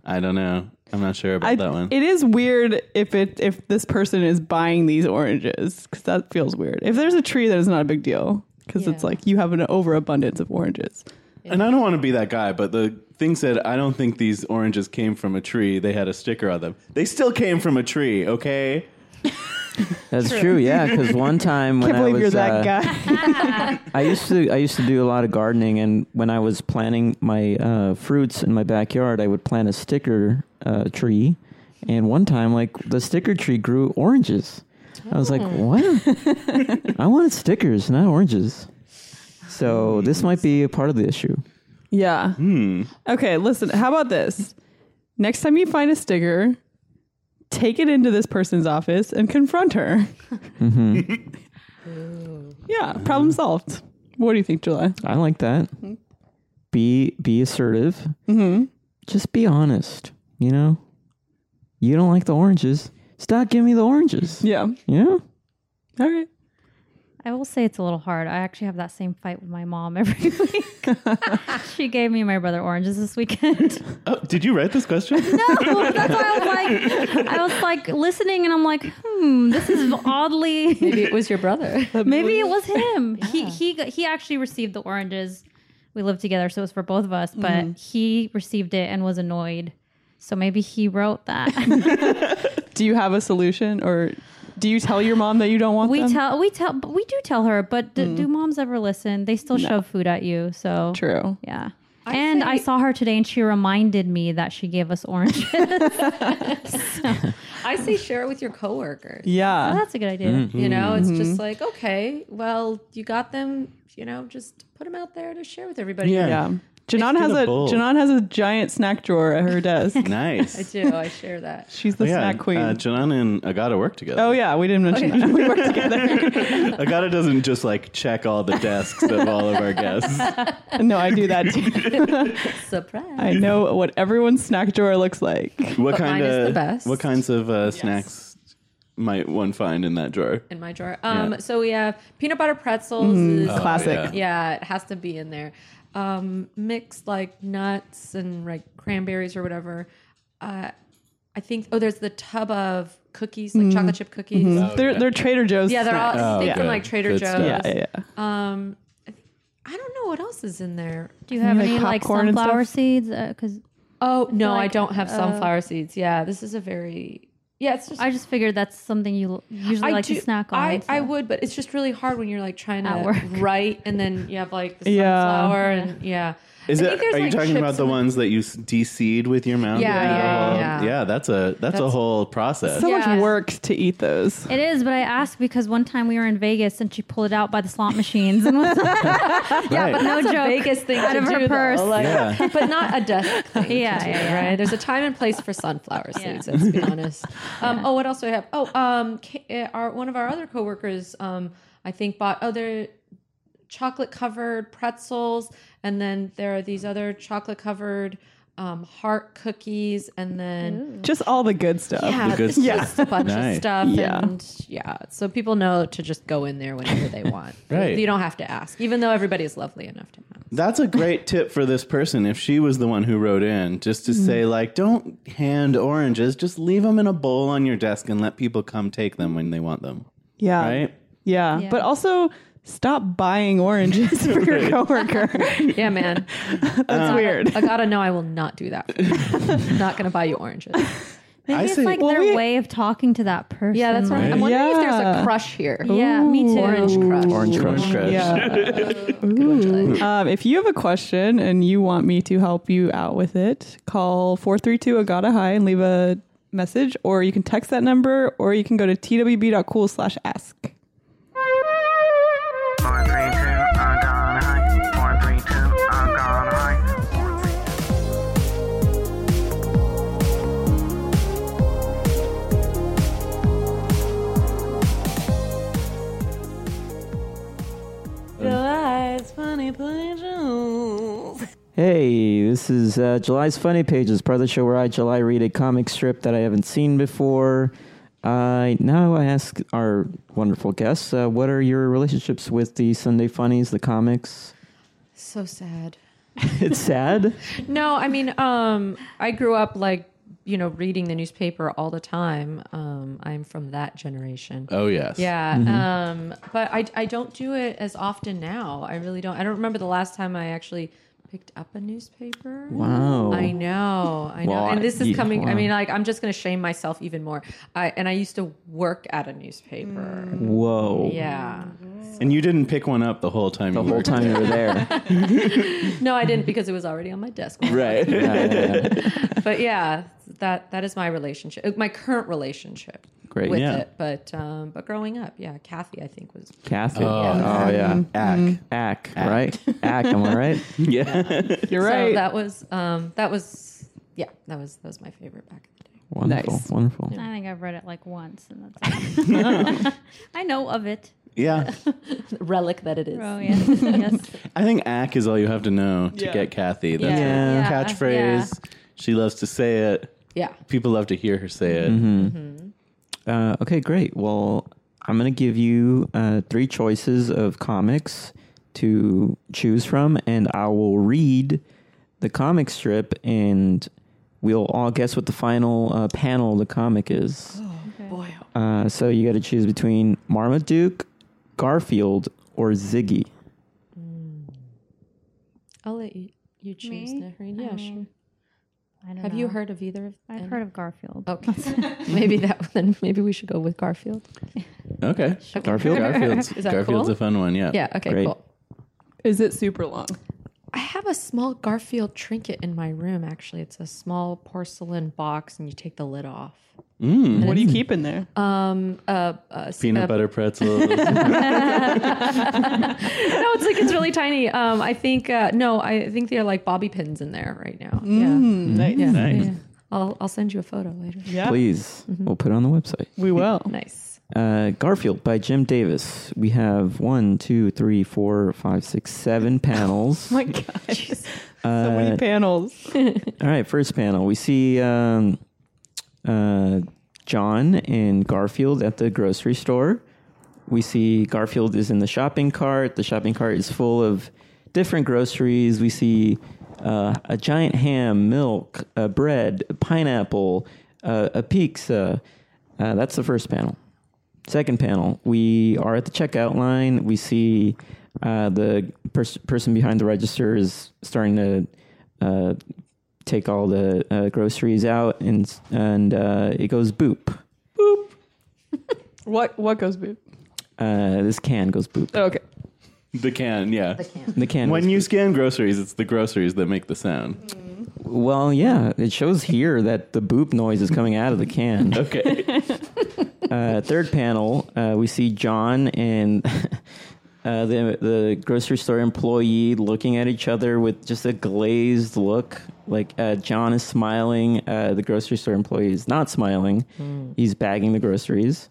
I don't know. I'm not sure about
I,
that one.
It is weird if it if this person is buying these oranges because that feels weird. If there's a tree, that is not a big deal because it's
Yeah.
like you have an overabundance of oranges.
and I don't want to be that guy, but the thing said, I don't think these oranges came from a tree. They had a sticker on them. They still came from a tree, okay?
That's true. Yeah, because one time when
Can't believe
was
you're that
uh,
guy.
I used to I used to do a lot of gardening, and when I was planting my uh, fruits in my backyard, I would plant a sticker uh, tree. And one time, like the sticker tree grew oranges. I was like,
Oh.
"What? I wanted stickers, not oranges." So this might be a part of the issue.
yeah. Okay. Listen. How about this? Next time you find a sticker, take it into this person's office and confront her. yeah. Problem solved. What do you think, July?
I like that.
Mm-hmm.
Be be assertive. Just be honest. You know, you don't like the oranges. Stop giving me the oranges.
Yeah.
Yeah.
All right.
I will say it's a little hard. I actually have that same fight with my mom every week. she gave me and my brother oranges this weekend.
Oh, did you write this question?
no, that's why I was like, I was like listening, and I'm like, hmm, this is oddly.
Maybe it was your brother.
Maybe it was him. He he got- he actually received the oranges. We lived together, so it was for both of us. But
Mm-hmm.
he received it and was annoyed. So maybe he wrote that.
Do you have a solution, or do you tell your mom that you don't want
we
them?
tell we tell but we do tell her. But d- do moms ever listen? They still shove food at you. So
mm. True.
Yeah. and I saw her today, and she reminded me that she gave us oranges.
I say share it with your coworkers.
Yeah.
That's a good idea.
Mm-hmm.
You know, it's just like, okay, well, you got them, you know, just put them out there to share with everybody.
Yeah.
Yeah. Janan has
been a
a
bowl.
Janan has a giant snack drawer at her desk.
I
Nice.
do. I share that.
She's the snack queen.
Uh, Janan and Agata work together.
oh yeah, we didn't mention that. We work together.
Agata doesn't just like check all the desks of all of our guests.
no, I do that too.
Surprise.
I know what everyone's snack drawer looks like.
What
But
kind
mine is
of
the best.
what kinds of uh, snacks might one find in that drawer?
in my drawer. Um,
Yeah.
So we have peanut butter pretzels. is-
Mm, Classic.
yeah.
Yeah, it has to be in there. Um, mixed like nuts and like cranberries or whatever. Uh, I think. Oh, there's the tub of cookies, like chocolate chip cookies.
They're they're Trader Joe's.
Yeah, they're
Mm-hmm.
all
snacks. Oh,
thinking
good.
like Trader
Good
Joe's.
stuff.
yeah, yeah, yeah.
Um, I think- I don't know what else is in there.
Do you have
like
any like
popcorn and stuff?
sunflower seeds? Uh, Because
Oh no, I
like,
don't have
uh,
sunflower seeds. Yeah, this is a very yeah. It's just
I just figured that's something you l- usually like to snack on.
I,
so.
I would, but it's just really hard when you're like trying
At
to
work.
write and then you have like the
Yeah.
sunflower and yeah.
Is
I
it?
think there's,
Are you
like,
talking
chips
about the
in
ones that you s- de-seed with your mouth? oh,
Yeah, yeah, yeah.
That's a that's, a
That's-
whole process.
So much
Yeah.
work to eat those.
It is, but I asked because one time we were in Vegas and she pulled it out by the slot machines and was
yeah,
no
That's
joke
a Vegas thing
out
to
of
do,
her
though,
purse.
like-
Yeah.
but not a desk thing.
Yeah,
to do,
yeah, yeah.
right. There's a time and place for sunflower
Yeah.
seeds. Let's be honest. Um, Oh, what else do I have? Oh, um, K- uh, our one of our other coworkers, um, I think bought oh they're chocolate covered pretzels, and then there are these other chocolate covered um, heart cookies, and then.
Just all the good stuff.
Yeah,
Uh, The good
it's
stuff.
just a bunch
Nice.
of stuff.
Yeah.
And yeah. So people know to just go in there whenever they want.
Right.
You don't have to ask, even though everybody is lovely enough to ask.
That's a great tip for this person if she was the one who wrote in, just to say like, don't hand oranges, just leave them in a bowl on your desk and let people come take them when they want them.
Yeah.
Right?
Yeah. But also stop buying oranges for your coworker.
Yeah, man.
That's
Uh,
weird.
I gotta know I will not do that. for you. I'm not gonna buy you oranges.
maybe
I
it's
say-
like
Well,
their
we-
way of talking to that person.
Yeah, that's right. I'm
Right.
wondering if there's
Yeah.
a crush here.
Yeah, me too.
Orange crush.
Orange crush.
crush.
Yeah. um, if you have a question and you want me to help you out with it, call 432 Agata High and leave a message, or you can text that number, or you can go to twb.cool slash ask.
Four, three, two, I'm gone high. Four, three, two, I'm gone high. Four, three,
Hey, this is uh, July's Funny Pages, part of the show where I, July, read a comic strip that I haven't seen before. I now I ask our wonderful guests, uh, what are your relationships with the Sunday Funnies, the comics?
So sad.
It's sad.
No, I mean, um, I grew up like you know reading the newspaper all the time. Um, I'm from that generation.
Oh yes.
Yeah.
Mm-hmm.
Um, but I, I don't do it as often now. I really don't. I don't remember the last time I actually picked up a newspaper.
Wow.
I know. I know.
Well,
and this is
yeah,
coming. I
wow.
mean, like, I'm just going to shame myself even more. I, and I used to work at a newspaper.
Mm. Whoa.
Yeah.
And you didn't pick one up the whole time
The
you
whole
worked
time you were there.
No, I didn't because it was already on my desk.
there. Right.
Yeah, yeah, yeah.
But yeah, that that is my relationship, my current relationship
Great.
with
Yeah.
it. But um, but growing up, yeah, Kathy, I think was
Kathy.
Oh,
oh yeah.
Ack.
Ack, right? Ack, am I right?
Yeah.
You're right.
So that was um, that was yeah, that was that was my favorite back in the day.
Wonderful.
Nice.
Wonderful.
I think I've read it like once, and that's. I know of it.
yeah.
relic that it is.
Oh yes, yes.
I think ack is all you have to know to
Yeah.
get Kathy. That's
Yeah.
her catchphrase. She loves to say it.
Yeah.
Mm-hmm.
People love to hear her say it.
Uh, okay, great. Well, I'm going to give you uh, three choices of comics to choose from, and I will read the comic strip, and we'll all guess what the final uh, panel of the comic is.
Oh,
Boy,
Uh, so you got to choose between Marmaduke, Garfield, or Ziggy.
I'll let you, you choose,
Me?
Nahreen.
I
Yeah, sure.
mean, Um, I don't
Have you
know.
heard of either of
I've
any? Oh.
heard of Garfield.
Okay. maybe that then maybe we should go with Garfield.
Okay.
Garfield?
Garfield's,
Is that
Garfield's
cool?
a fun one, yeah.
Yeah, okay,
Great.
cool.
Is it super long?
I have a small Garfield trinket in my room actually. It's a small porcelain box and you take the lid off.
What do you keep in there?
Um Mm-hmm. uh, uh s-
Peanut
uh,
butter pretzels.
No, it's like it's really tiny. Um I think uh no, I think they're like bobby pins in there right now.
Mm, nice.
Yeah. Yeah.
Mm-hmm. Nice.
yeah. I'll I'll send you a photo later.
Yeah.
Please,
Mm-hmm.
we'll put it on the website.
We will.
Oh. Nice.
Uh, Garfield by Jim Davis. We have one, two, three, four, five, six, seven panels.
Oh my gosh. so
Uh,
many panels.
All right, first panel. We see um, uh, John and Garfield at the grocery store. We see Garfield is in the shopping cart. The shopping cart is full of different groceries. We see uh, a giant ham, milk, uh, bread, pineapple, uh, a pizza. Uh, that's the first panel. Second panel, we are at the checkout line. We see uh, the pers- person behind the register is starting to uh, take all the uh, groceries out, and and uh, it goes boop.
What what goes boop?
Uh, this can goes boop.
Okay.
the can, yeah.
The can.
When
goes
you scan groceries, it's the groceries that make the sound.
boop. well, yeah, it shows here that the boop noise is coming out of the can.
Okay.
uh, third panel, uh, we see John and uh, the the grocery store employee looking at each other with just a glazed look. Like uh, John is smiling, uh, the grocery store employee is not smiling. He's bagging the groceries.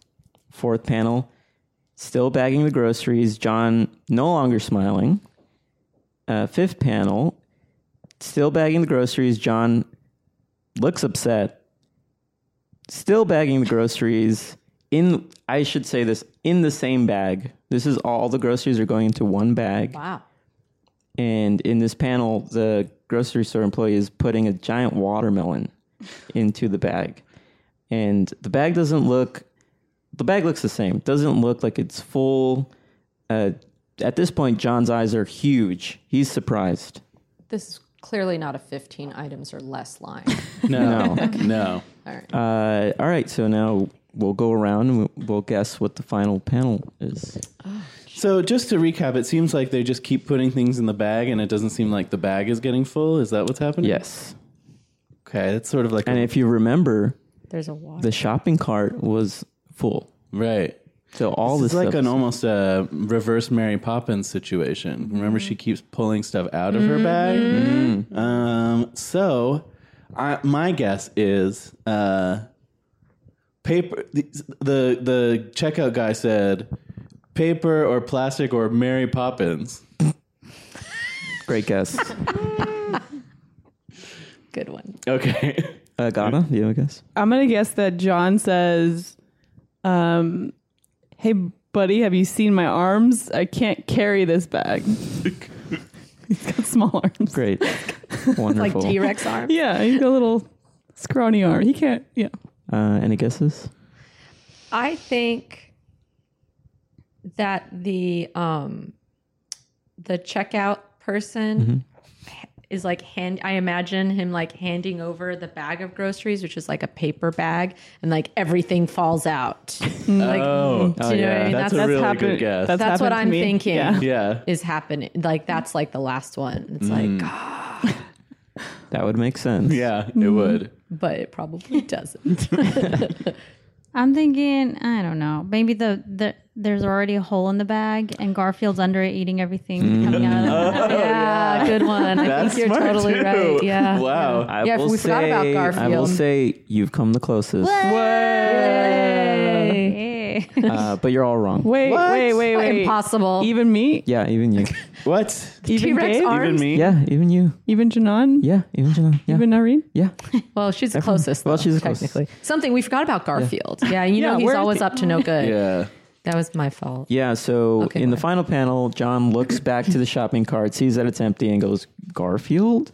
Fourth panel, still bagging the groceries. John no longer smiling. Uh, fifth panel, still bagging the groceries. John looks upset still bagging the groceries in I should say this in the same bag. This is all the groceries are going into one bag.
Wow.
And in this panel, the grocery store employee is putting a giant watermelon into the bag. And the bag doesn't look the bag looks the same. Doesn't look like it's full. Uh, at this point, John's eyes are huge. He's surprised.
This is clearly not a 15 items or less line.
No. No.
All right.
Uh, all right, so now we'll go around and we'll- we'll guess what the final panel is.
So just to recap, it seems like they just keep putting things in the bag and it doesn't seem like the bag is getting full. Is that what's happening?
Yes.
Okay. That's sort of like
And
a,
if you remember,
There's a water.
the shopping cart was full.
right.
So all
It's
this
like
stuff-
an almost uh, reverse Mary Poppins situation. Remember, she keeps pulling stuff out of her bag.
Mm-hmm.
Um, so, I, my guess is uh, paper. The, the the checkout guy said paper or plastic or Mary Poppins.
great guess.
Good one.
Okay,
uh, Ghana, do you have a guess?
I'm gonna guess that John says, um, "Hey, buddy, have you seen my arms? I can't carry this bag. he's got small arms.
Great, wonderful.
Like T Rex arm.
Yeah, he's got a little scrawny arm. He can't. Yeah,
uh, any guesses?
I think that the um the checkout person
Mm-hmm.
h- is like hand I imagine him like handing over the bag of groceries, which is like a paper bag, and like everything falls out. like
Oh.
do you know what I mean?
That's
That's,
a
that's,
really
happened-
good guess.
that's happened
what
to
I'm
me.
thinking
Yeah.
yeah,
is happening. Like that's like the last one. It's
Mm.
like God,
That would make sense.
yeah,
Mm-hmm.
it would.
but it probably doesn't.
Oh,
I'm thinking, I don't know. Maybe the, the there's already a hole in the bag and Garfield's under it eating everything
Mm.
coming out of the bag.
yeah, good one. I
That's
think you're
smart
totally
too.
right. Yeah.
Wow.
I
Yeah,
will
we
say,
forgot about
I will
Garfield.
say you've come the closest,
Hey.
uh, but you're all wrong.
Wait, wait, wait, wait.
Impossible.
Even me.
Yeah, even you.
What?
Even
T-Rex
Gabe?
arm?
Even me?
Yeah, even you.
Even Janan.
Yeah, even John. Yeah,
Even Irene.
yeah.
Well, she's the
Everyone-
closest.
well,
though,
she's the closest.
technically something we forgot about Garfield. Yeah, you
Yeah,
know he's
where-
always up to no good.
Yeah.
That was my fault.
Yeah, so
Okay,
in the
whatever.
final panel, John looks back to the shopping cart, sees that it's empty, and goes, Garfield?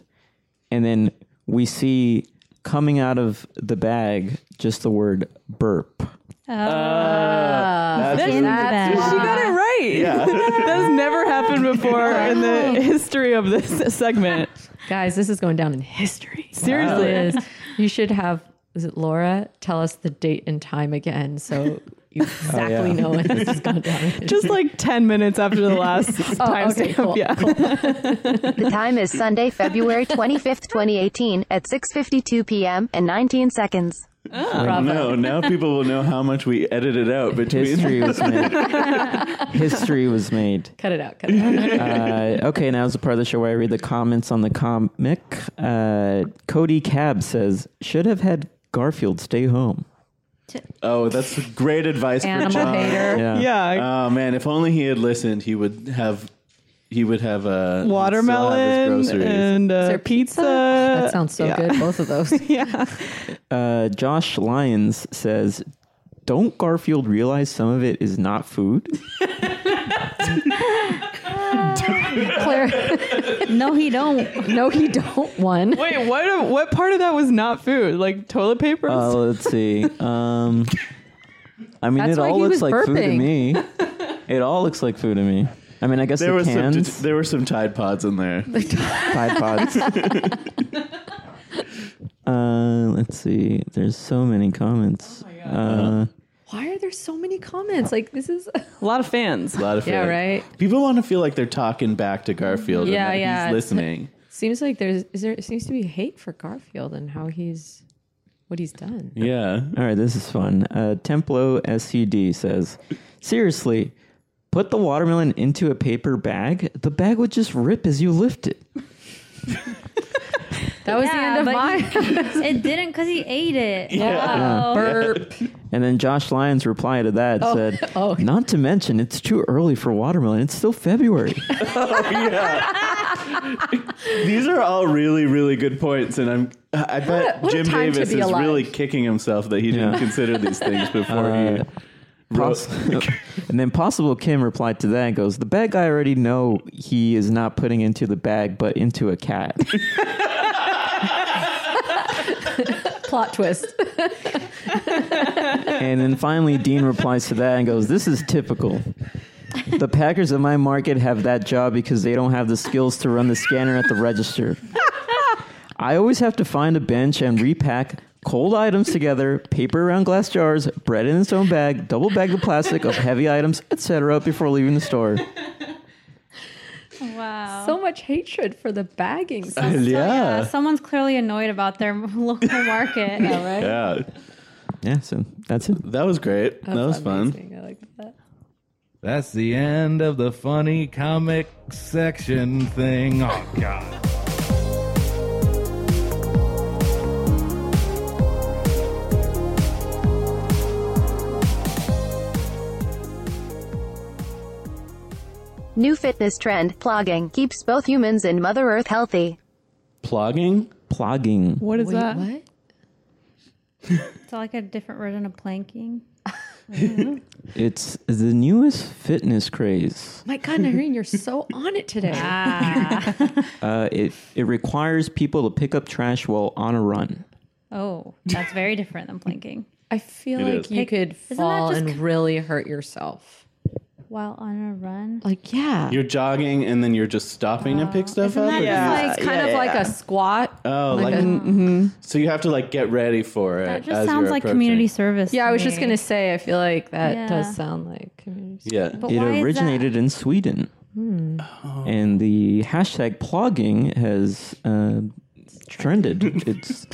And then we see coming out of the bag just the word burp.
Uh,
in the bag.
She got it right. Yeah. that has never happened before in the history of this segment.
Guys, this is going down in history.
Seriously.
It is. You should have, is it Laura? Tell us the date and time again so you exactly know when this is going down. in history.
Just like 10 minutes after the last timestamp.
Oh, okay, cool,
yeah.
The time is Sunday, February 25th, 2018 at 6:52 p.m. and 19 seconds.
Ah,
Oh, no, now people will know how much we edited out between.
History was made. History was made.
cut it out. Cut it out.
Uh, okay, now's the part of the show where I read the comments on the comic. Uh, Cody Cab says, should have had Garfield stay home.
Oh, that's great advice for
Animal
John.
hater.
Yeah. Uh,
yeah.
Oh man, if only he had listened, he would have. He would have a
Watermelon and uh,
there
pizza.
That sounds so
Yeah.
good, both of those.
Yeah.
Uh, Josh Lyons says, don't Garfield realize some of it is not food?
Claire,
No, he don't.
no, he don't. One.
Wait, what what part of that was not food? Like toilet paper?
Uh, let's see. Um, I mean,
That's
it
why
all
he
looks
was
like food to
burping.
me. It all looks like food to me. I mean, I guess
There
the
was some.
cans,
There were some Tide Pods in there.
Tide Pods. uh, let's see. There's so many comments. Uh,
Why are there so many comments? Like, this is.
a lot of fans.
A lot of
Yeah,
fans.
right.
People want to feel like they're talking back to Garfield.
Yeah,
Yeah, and that
yeah.
He's listening.
Seems like there's is there seems to be hate for Garfield and how he's what he's done.
Yeah.
all right, this is fun. Uh, Templo SUD says, seriously, put the watermelon into a paper bag. The bag would just rip as you lift it.
That was
Yeah,
the end
but
of mine.
he- it didn't because he ate it. Wow.
Burp.
And then Josh Lyons' reply to that said, Not to mention, it's too early for watermelon. It's still February.
These are all really, really good points, and I'm. I bet
what a
Jim
time to
Davis
be
is
alive.
really kicking himself that he didn't
Yeah.
consider these things before he.
Poss- and then Possible Kim replied to that and goes, The bad guy already know he is not putting into the bag, but into a cat.
Plot twist.
and then finally, Dean replies to that and goes, This is typical. The Packers at my market have that job because they don't have the skills to run the scanner at the register. I always have to find a bench and repack cold items together, paper around glass jars, bread in its own bag, double bag the plastic of heavy items, etc. before leaving the store.
Wow.
So much hatred for the bagging.
Uh,
system.
yeah.
yeah.
someone's clearly annoyed about their local market.
Yeah.
Yeah, so that's it.
That was great. that was fun.
I like that.
That's the end of the funny comic section thing. Oh, God.
New fitness trend, plogging, keeps both humans and Mother Earth healthy.
Plogging.
Plogging.
What is
Wait,
that?
what?
It's like a different version of planking.
It's the newest fitness craze.
My God, Irene, you're so on it today.
Ah.
Uh, it, it requires people to pick up trash while on a run.
Oh, that's very different than planking.
I feel
It
like
is.
you could
that
fall
just
and
c-
really hurt yourself.
While on a run.
Like, yeah.
You're jogging and then you're just stopping to
Oh,
pick stuff
Isn't
up. or
that just
you-
like
it's kind of like a squat.
Oh, like,
a-
so you have to like get ready for it.
that just
as
sounds
you're
like
approaching.
community service.
yeah, I
to
was just
me.
gonna say. I feel like that
Yeah.
does sound like community.
Yeah,
But
It
why is that? Hmm.
originated in Sweden. And the hashtag plogging has uh, trended. It's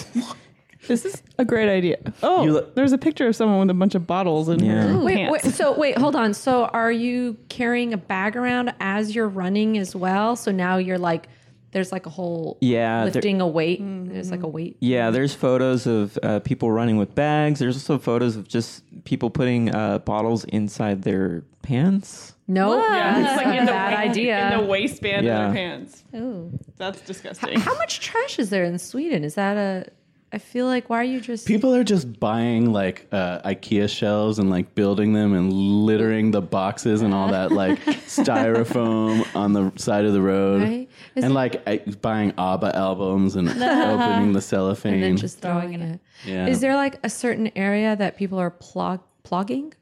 This is a great idea. Oh,
You lo-
there's a picture of someone with a bunch of bottles in
Yeah.
her
Ooh.
Wait,
pants.
wait, so wait, hold on. So are you carrying a bag around as you're running as well? So now you're like, there's like a whole
Yeah, there-
lifting a weight. There's like a weight.
yeah. There's photos of uh, people running with bags. There's also photos of just people putting uh, bottles inside their pants.
No,
It's
that's
like
a
in the
bad
waist-
idea.
In the waistband
Yeah.
of their pants.
Ooh.
That's disgusting.
How much trash is there in Sweden? Is that a I feel like why are you just
People are just buying like uh, IKEA shelves and like building them and littering the boxes and all that like styrofoam on the side of the road,
Right? Is
and
it-
like I- buying ABBA albums and opening the cellophane.
and then just throwing it?
yeah.
Is there like a certain area that people are plog plogging?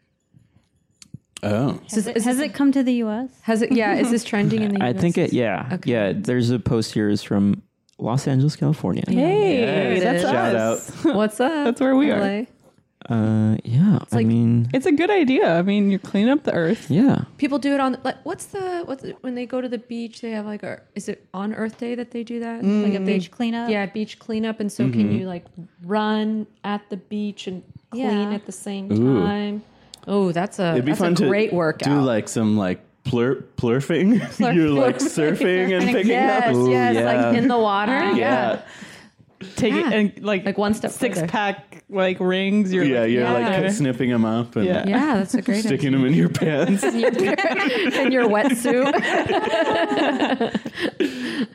oh,
Is this-
Has, it,
is
has
this-
it come to the U.S.?
Has it? Yeah, is this trending in the?
I
United
think it.
States?
Yeah,
Okay.
yeah. There's a post series from Los Angeles, California.
Hey,
Yes.
that's
shout
us.
out!
What's up?
That's where we are.
LA?
Uh, yeah. I
like-
mean,
It's a good idea. I mean, you clean up the earth.
yeah.
People do it on like what's the what's the, when they go to the beach they have like a is it on Earth Day that they do that
Mm.
like a
Beach cleanup.
Mm, yeah beach cleanup and so
Mm-hmm.
can you like run at the beach and clean
Yeah.
at the same
Ooh.
time? Oh, that's a
It'd be
that's
fun
a
to
great workout.
do like some like plur plurfing. You're like surfing and picking
yes,
up.
Ooh,
yes,
yeah.
like in the water. yeah.
Yeah,
Take
Yeah.
it and Ah. like
Like one step
six
further.
pack like rings. You're
yeah,
like,
you're
Yeah.
like snipping them up and
Yeah.
Yeah, that's a great
sticking them in your pants.
idea. in your wetsuit.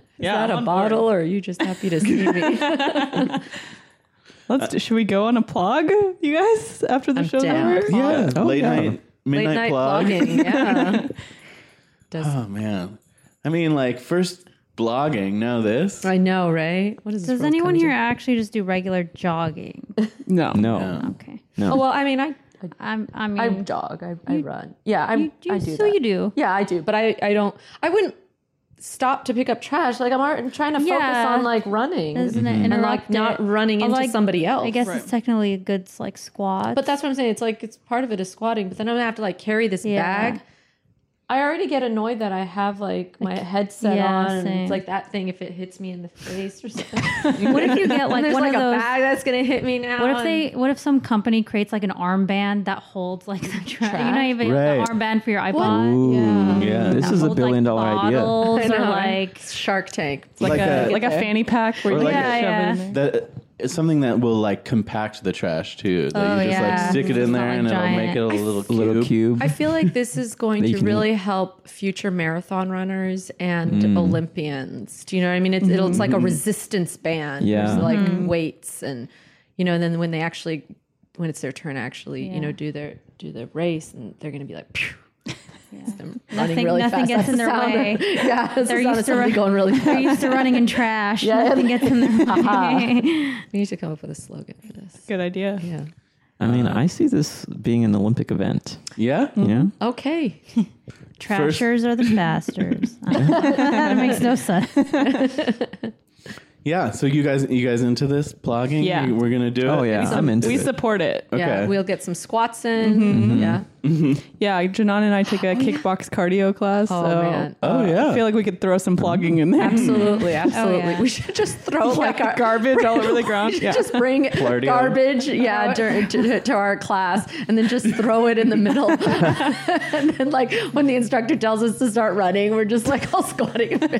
yeah,
Not a
on board.
bottle, or are you just happy to see me?
Let's. do- should we go on a plug, you guys, after the
I'm
show's
down.
over?
yeah,
Oh,
late
yeah.
night, midnight
Late night
plug.
vlogging. Yeah. Does,
Oh man, I mean, like first blogging, now this.
I know, right? What is this
Does
world
anyone
come to?
here actually just do regular jogging?
No.
No.
Okay.
Oh, well, I mean, I
I'm. I mean,
I jog, I, I run. Yeah, I,
you do.
I do.
so
that.
you do.
Yeah, I do, but I I don't. I wouldn't stop to pick up trash. Like I'm, al- I'm trying to focus
Yeah.
on like running.
Doesn't
Mm-hmm.
it
And,
interrupt
like, not
it?
running
Or,
into
like,
somebody else.
I guess it's technically a good like squat.
But that's what I'm saying. It's like it's part of it is squatting, but then I'm gonna have to like carry this
Yeah.
bag. I already get annoyed that I have like my headset
yeah,
on. And
same.
it's like that thing if it hits me in the face or something.
what if you get like
There's
one
like
of
a
those?
bag that's gonna hit me now.
What if
and-
they? What if some company creates like an armband that holds like the trash? You know,
Trash?
even
Right.
the armband for your iPod.
Ooh,
Yeah.
This is a billion dollar idea.
bottles
I know,
Or
right?
like
Shark Tank?
Like,
Like
a,
a-
like a fanny pack where
Or
you
like
can
a-
shove it in
Yeah,
there.
That it's something that will like compact the trash too. That
Oh,
you just
yeah.
like stick it
It's
in
not,
there
like,
and it'll
giant.
make it a little cube.
Little cube.
I feel like this is going
That you
to
can
really help future marathon runners and
Mm.
Olympians. Do you know what I mean? It's it'll, it's like a resistance band.
Mm-hmm. Yeah.
There's like
Mm-hmm.
weights and you know, and then when they actually when it's their turn to actually, you know, do their do their race and they're gonna be like Phew. It's them running
Nothing-
really
nothing
fast.
gets
That's
in
the
their
sound
way.
of- yeah, that's they're the
They're
sound
used
of
to
somebody
run-
going really
they're
fast.
used to running in trash.
Yeah.
Nothing gets in their way.
We need to come up with a slogan for this.
Good idea.
Yeah.
I mean, I see this being an Olympic event.
Yeah.
Mm-hmm.
Yeah.
Okay.
Trashers are the bastards. I don't know. that makes no sense.
Yeah. So you guys, you guys into this blogging?
Yeah.
You- We're gonna do it.
Oh yeah, I'm into
We
it.
support it.
Yeah.
Okay.
We'll get some squats in.
Mm-hmm.
Yeah.
Mm-hmm.
Yeah, Janan and I take a kickbox cardio class.
Oh,
so
man.
Oh, yeah.
I feel like we could throw some plugging in there. Oh
Absolutely, absolutely.
Oh, yeah.
We should just throw like our
garbage all over the ground. Yeah.
just bring
Plardio.
garbage,
Uh-huh.
yeah, dur- to, to our class, and then just throw it in the middle. and then, like when the instructor tells us to start running, we're just like all squatting. oh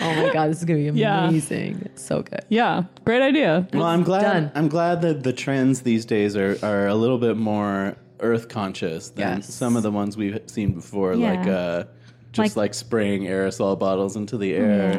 my god, this is gonna be
Yeah.
amazing! It's so good.
yeah, great idea.
Well, I'm glad.
done.
I'm glad that the trends these days are are a little bit more earth conscious than
Yes.
some of the ones we've seen before,
Yeah.
like uh, just
Like-
like, spraying aerosol bottles into the air.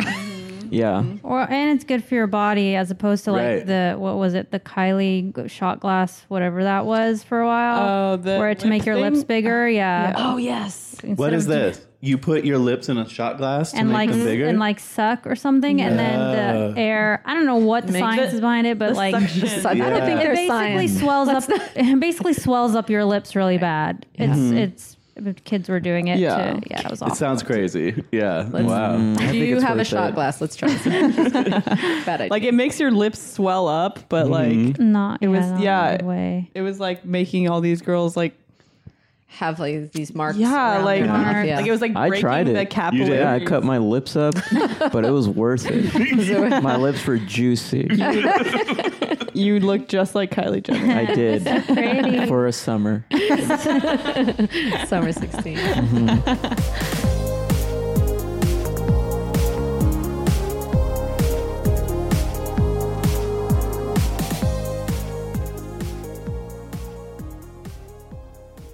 yeah.
Or and it's good for your body as opposed to like
Right.
the what was it the Kylie g- shot glass whatever that was for a while.
Oh, the
where it to
lip
make your
thing?
lips bigger. Yeah.
Oh yes,
Instead
What
of
is
just-
this? You put your lips in a shot glass to
And
make
like
them bigger.
and like suck or something, and then the air. I don't know what the science
the-
is behind it, but like
I
suction.
don't think
it
there's
basically
science.
swells up. It basically swells up your lips really bad. It's it's kids were doing it.
Yeah.
to, yeah it was
it
awful.
sounds crazy. Yeah. wow.
Do you have a
worth
shot
it.
glass? Let's try this. Bad idea.
Like it makes your lips swell up, but
Mm-hmm.
like
Not it
was-
was
yeah.
yeah in a good way.
it was like making all these girls like
have like these marks.
yeah,
around
like
their mouth, yeah.
like it was like
I
breaking
tried
the
it.
capillary.
Yeah, I cut my lips up, but it was worth it. my lips were juicy.
You look just like Kylie Jenner.
I did
Pretty.
for a summer.
summer sixteen.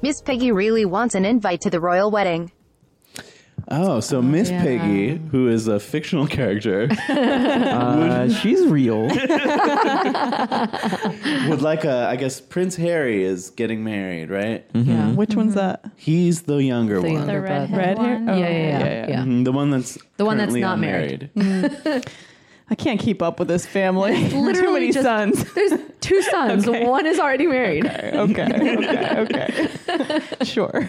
Miss Piggy really wants an invite to the royal wedding.
Oh, so Miss
yeah.
Piggy, who is a fictional character,
Uh, she's real.
would like a. I guess Prince Harry is getting married, right?
Mm-hmm.
Yeah.
Which one's
Mm-hmm.
that?
He's the younger
The
one,
younger
The
brother.
redhead
Red hair?
one.
Oh.
Yeah, yeah, yeah,
Yeah,
yeah.
yeah.
Mhm, the one that's
The one that's
currently
not
unmarried.
I can't keep up with this family. Too many
just-
sons.
There's two sons.
Okay.
One is already married.
Okay, okay, okay. Sure.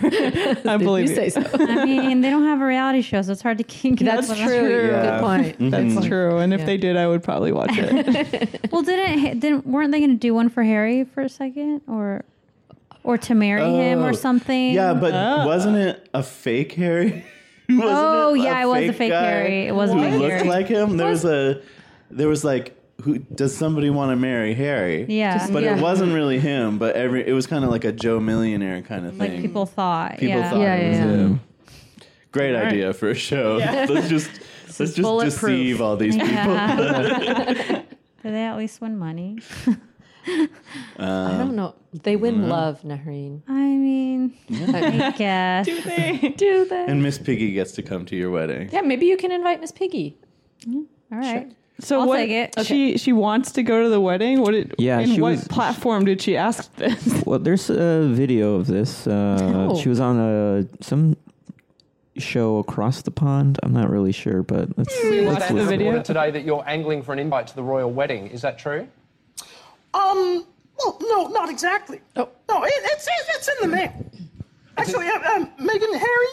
I believe
you say so.
Oh. I mean, they don't have a reality show, so it's hard to keep up
That's
with
true.
us.
Good point.
Mm-hmm.
That's true. And if
Yeah.
they did, I would probably watch it.
Well, didn't didn't weren't they going to do one for Harry for a second, or or to marry him or
Oh.
something?
Yeah, but wasn't it a fake Harry? Wasn't
Oh,
it
yeah, it was a fake
guy
Harry. It was a
who
fake
looked
Harry.
like him. There was a, there was like, who does somebody want to marry Harry?
Yeah. Just-
but
yeah.
it wasn't really him. But every it was kind of like a Joe Millionaire kind of
like
thing.
people thought.
People
yeah.
thought
Yeah,
it was
yeah, yeah.
him. Great idea for a show. let's just let's just
bulletproof.
deceive all these people.
Yeah. Do they at least win money?
I don't know. They win
Mm-hmm.
love, Nahreen.
I mean, I guess.
Do they?
And Miss Piggy gets to come to your wedding.
yeah, maybe you can invite Miss Piggy.
All right.
So
I'll
what?
take it.
She she wants to go to the wedding. What did?
Yeah,
In
she
what
was-
platform did she ask this?
Well, there's a video of this. Uh,
Oh.
She was on a some show across the pond. I'm not really sure, but let's, let's
the
listen.
video.
Today, that you're angling for an invite to the royal wedding. Is that true?
Um, well, no, not exactly. No, no, it, it's it, it's in the mail. Actually, um, um, Megan Harry,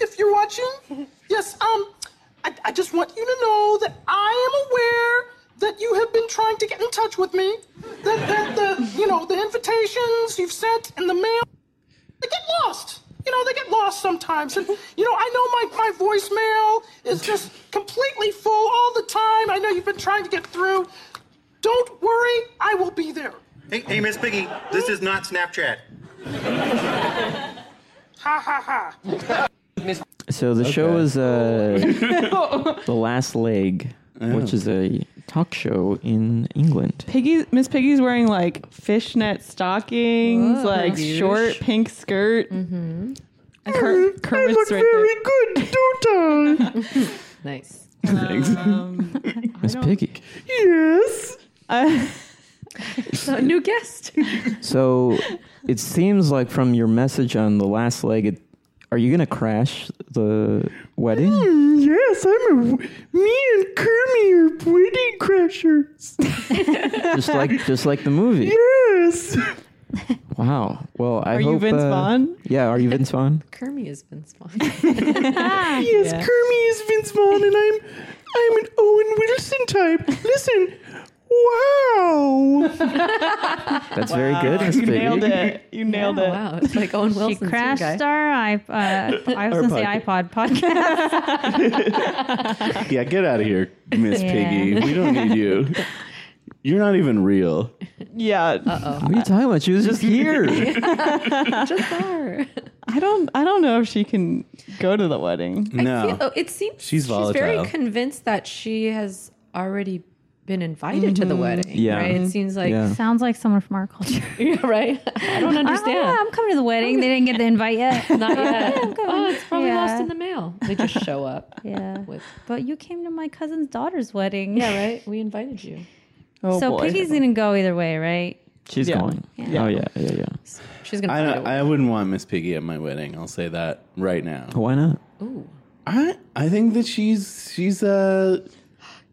if you're watching, yes, um, I, I just want you to know that I am aware that you have been trying to get in touch with me. That that the you know the invitations you've sent in the mail they get lost. You know, they get lost sometimes. And, you know, I know my, my voicemail is just completely full all the time. I know you've been trying to get through. Don't worry, I will be there.
Hey, hey, Miss Piggy, this is not Snapchat.
Ha ha ha.
So the show is uh, the Last Leg, which is a talk show in England.
Piggy, Miss Piggy's wearing like fishnet stockings, like short pink skirt. Mm-hmm. Cur- curves right there.
good daughter.
Nice.
Um,
Miss Piggy.
Yes. I-
So, new guest.
So it seems like from your message on the last leg, it, are you going to crash the wedding?
Mm, Yes, I'm a. Me and Kermie are wedding crashers.
just like just like the movie.
Yes.
Wow. Well, I
Are you
hope. uh,
Vince Vaughn?
Yeah. Are you Vince Vaughn?
Kermie has been spawned.
Ah,
Yes, Kermie is Vince Vaughn, and I'm I'm an Owen Wilson type. Listen, wow.
That's very good. Miss
you nailed
Piggy.
it. You nailed it.
wow. It's like Owen Wilson.
She crashed our iP- uh, I was going to say iPod podcast.
Yeah, get out of here, Miss
Yeah.
Piggy. We don't need you. You're not even real.
Yeah.
What are you talking about? She was just here.
Oh.
I don't. I don't know if she can go to the wedding.
No.
Yeah, oh, it seems
She's
she's, very
volatile.
convinced that she has already been invited to the wedding.
Yeah.
Right? It seems like,
Yeah.
Sounds like someone from our culture.
Yeah, right? I don't
Oh, yeah,
understand.
I'm coming to the wedding. They didn't get the invite yet.
Not yet. oh, it's probably
Yeah.
lost in the mail. They just show up.
Yeah.
With,
But you came to my cousin's daughter's wedding.
yeah, right? We invited you.
Oh
so
boy.
Piggy's going to go either way, right?
She's
Yeah.
going. Oh yeah. Yeah. Yeah.
She's going
I,
to
don't, I wouldn't want Miss Piggy at my wedding. I'll say that right now.
Oh, Why not?
Ooh.
I I think that she's she's uh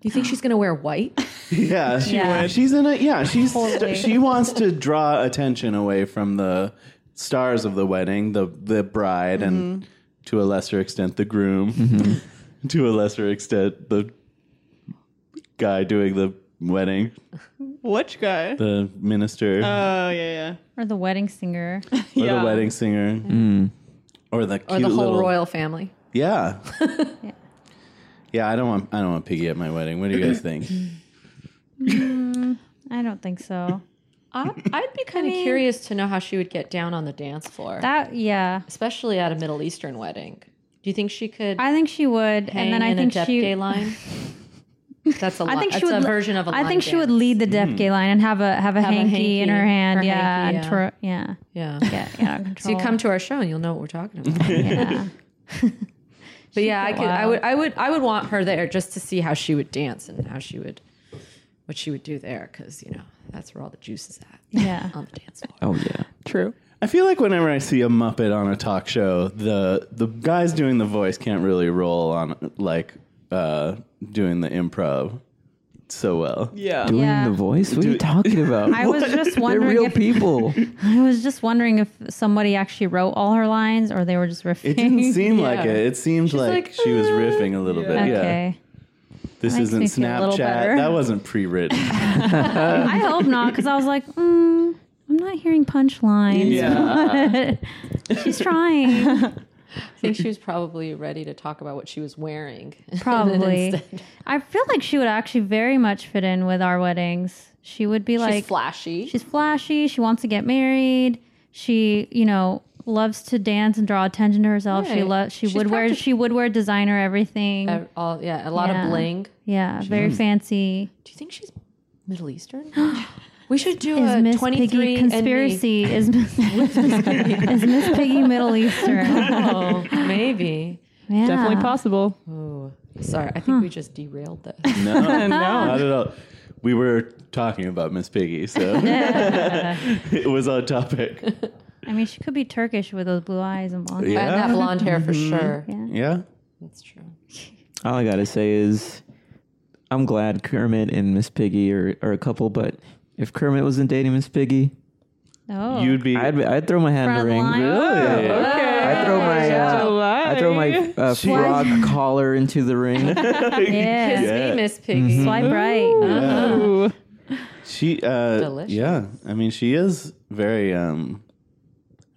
You think she's going to wear white?
yeah, she
Yeah. would.
she's in a yeah she's
Totally.
she wants to draw attention away from the stars of the wedding the the bride and to a lesser extent the groom to a lesser extent the guy doing the wedding
Which guy?
the minister
oh yeah, yeah.
Or the wedding singer.
or
yeah.
the wedding singer or the
Or
cute
the whole
little
royal family?
yeah. Yeah, I don't want I don't want Piggy at my wedding. What do you guys think?
I don't think so.
I, I'd be kind of curious to know how she would get down on the dance floor,
That, yeah.
especially at a Middle Eastern wedding. Do you think she could
I think she would.
hang
and then I
in
think
a
she.
Depke line? That's a
I
lot.
think she
That's
would.
a
le-
version of a
I
line
think she would
dance.
lead the Def Gay line and have a have a
Have a
hanky, in her
hanky.
hand.
Her
yeah,
hanky,
and
yeah.
twirl- yeah,
Yeah.
get, get out of
So you
control.
come to our show and you'll know what we're talking about.
Yeah.
But yeah, I
She's
could, I
wild.
would, I would, I would want her there just to see how she would dance and how she would, what she would do there, because you know that's where all the juice is at.
Yeah,
on the dance floor.
Oh yeah.
True.
I feel like whenever I see a Muppet on a talk show, the the guys doing the voice can't really roll on like uh, doing the improv so well.
Oh, Yeah.
Doing the voice? What are you talking about?
I was just wondering
They're real
if-
people.
I was just wondering if somebody actually wrote all her lines or they were just riffing.
It didn't seem like
Yeah.
it. It seemed like, she was riffing a little bit. Yeah.
Okay.
This
Makes
isn't
me feel a little
Snapchat.
better.
That wasn't pre-written.
I hope not, because I was like, mm, I'm not hearing punchlines.
Yeah.
but She's trying.
I think she was probably ready to talk about what she was wearing. And then
Probably.
instead-
I feel like she would actually very much fit in with our weddings. She would be like
flashy.
She's flashy. She wants to get married. She, you know, loves to dance and draw attention to herself. She
Right.
loves. She
She's
would wear.
practic-
She would wear designer everything.
Ev- all- yeah, a lot of bling.
Yeah,
She
very
does.
fancy.
Do you think she's Middle Eastern? we should do
Is
a
Miss
twenty three
Piggy conspiracy? Is Miss, is Miss Piggy Middle Eastern?
Oh, maybe.
Yeah.
Definitely possible.
Oh, sorry. I think we just derailed this.
No,
No.
not at all. We were talking about Miss Piggy, so it was on topic.
I mean, she could be Turkish with those blue eyes and blonde.
Yeah. Mm-hmm.
hair.
And that blonde hair for
Mhm.
sure.
Yeah.
Yeah.
That's true.
All I gotta say is, I'm glad Kermit and Miss Piggy are, are a couple. But if Kermit wasn't dating Miss Piggy,
Oh.
you'd be.
I'd, I'd throw my hand in the ring.
Really?
I throw my
Oh,
uh, I throw my uh,
She-
frog collar into the ring.
Yeah.
Kiss me, Miss
Mm-hmm.
Piggy.
Swipe right. Uh-huh.
Yeah.
Ooh.
She uh
Delicious.
yeah. I mean she is very um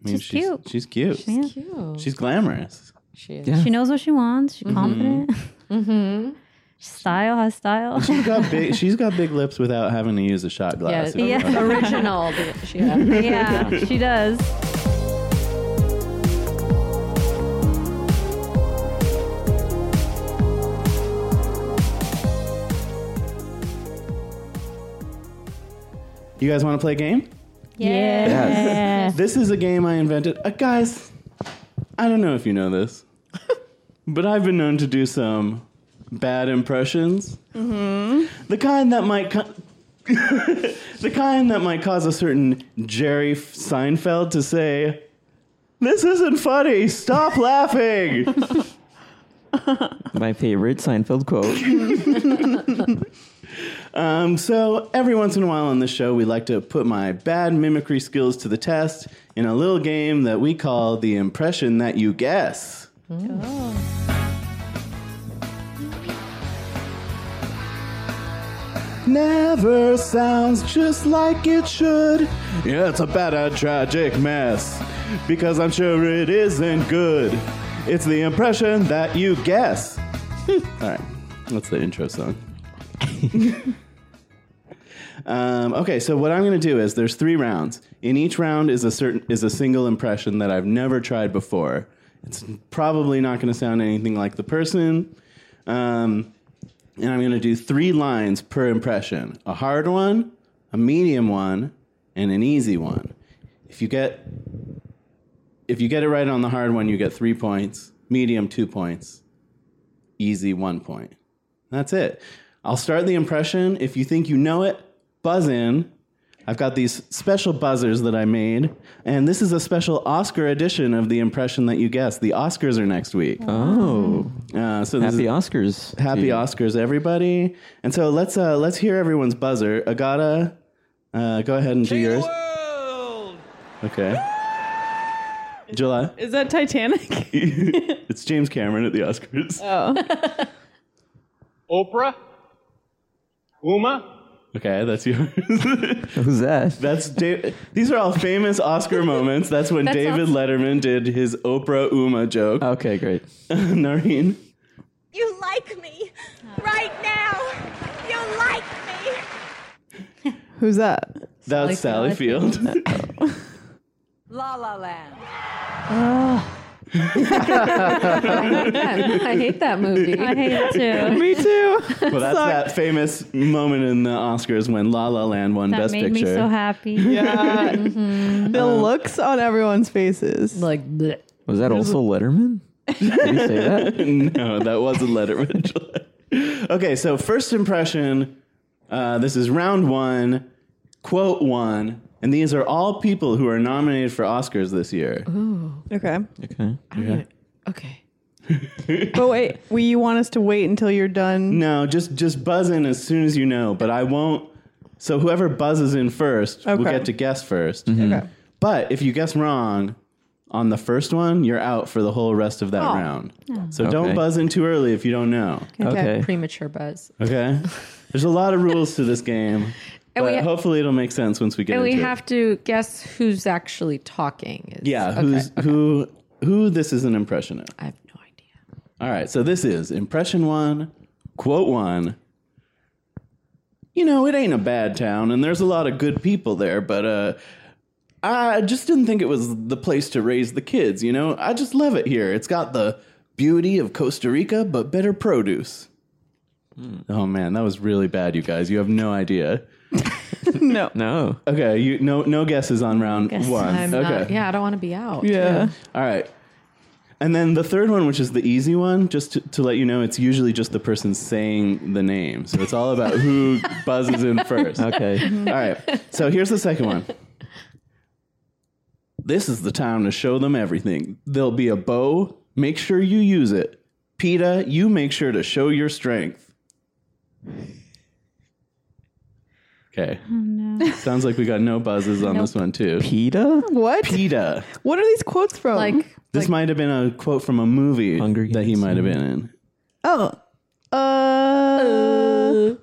I mean
She's cute.
She's cute. She's,
Yeah.
Cute.
glamorous.
She is.
Yeah.
She knows what she wants. She's confident.
Mm-hmm.
Style has style.
She's got big she's got big lips without having to use a shot
Yeah,
glass.
yeah.
Yeah.
original. She had.
yeah, she does.
You guys want to play a game?
Yeah.
This is a game I invented. Uh, guys, I don't know if you know this, but I've been known to do some bad impressions. The kind that might. Co- the kind that might cause a certain Jerry Seinfeld to say, This isn't funny, stop laughing.
my favorite Seinfeld quote.
Um, so every once in a while on this show, we like to put my bad mimicry skills to the test in a little game that we call the impression that you guess. Never sounds just like it should. Yeah, it's a bad and tragic mess. Because I'm sure it isn't good. It's the impression that you guess. All right, that's the intro song. Um, okay, so what I'm going to do is there's three rounds. In each round is a certain is a single impression that I've never tried before. It's probably not going to sound anything like the person. Um, and I'm going to do three lines per impression: a hard one, a medium one, and an easy one. If you get if you get it right on the hard one, you get three points. Medium, two points. Easy, one point. That's it. I'll start the impression. If you think you know it, buzz in. I've got these special buzzers that I made, and this is a special Oscar edition of the impression that you guessed. The Oscars are next week.
Oh,
Uh, so this
happy
is-
Oscars! to
happy
you.
Oscars, everybody! And so let's uh, let's hear everyone's buzzer. Agata, uh, go ahead and do yours. Okay. July.
Is that Titanic?
it's James Cameron at the Oscars.
Oh.
Oprah? Uma?
Okay, that's yours.
Who's that?
That's da- these are all famous Oscar moments. That's when David Letterman did his Oprah Uma joke.
Okay, great.
Noreen.
You like me right now. You like me.
Who's that?
That's Sally, Field.
La La Land.
I hate that movie.
I hate it too.
Me too.
well, that's that famous moment in the Oscars when La La Land won
That
Best
made
Picture.
me so happy.
Yeah.
Uh,
The looks on everyone's faces.
Like, bleh.
Was that also Letterman? Did he say that?
no, that wasn't Letterman. okay, so first impression. Uh, this is round one, quote one, and these are all people who are nominated for Oscars this year.
Ooh. Okay.
Okay.
Okay.
but wait, we you want us to wait until you're done?
No, just just buzz in as soon as you know, but I won't. So whoever buzzes in first will
Okay.
get to guess 1st
Okay.
But if you guess wrong on the first one, you're out for the whole rest of that
Oh.
round.
Oh.
So don't
Okay.
buzz in too early if you don't know.
Mm,
Premature buzz.
Okay. There's a lot of rules to this game.
And we
but
ha-
hopefully it'll make sense once we get
and we
into it.
have to guess who's actually talking. Is-
Yeah,
Okay.
who's who who this is an impression of? I have no idea. All right, so this is impression 1, quote 1. You know, it ain't a bad town and there's a lot of good people there, but uh I just didn't think it was the place to raise the kids, you know? I just love it here. It's got the beauty of Costa Rica but better produce. Oh man, that was really bad, you guys. You have no idea.
no.
No. Okay, you no no guesses on round
Guess
one.
I'm
okay.
not- yeah, I don't want to be out.
All right. And then the third one, which is the easy one, just to, to let you know, it's usually just the person saying the name. So it's all about who buzzes in first.
Okay.
All right. So here's the second one. This is the time to show them everything. There'll be a bow. Make sure you use it. PETA, you make sure to show your strength. Okay.
no.
Sounds like we got no buzzes on this one, too.
PETA?
What?
PETA.
What are these quotes from? Like,
This might have been a quote from a movie that he might have been in.
oh, uh,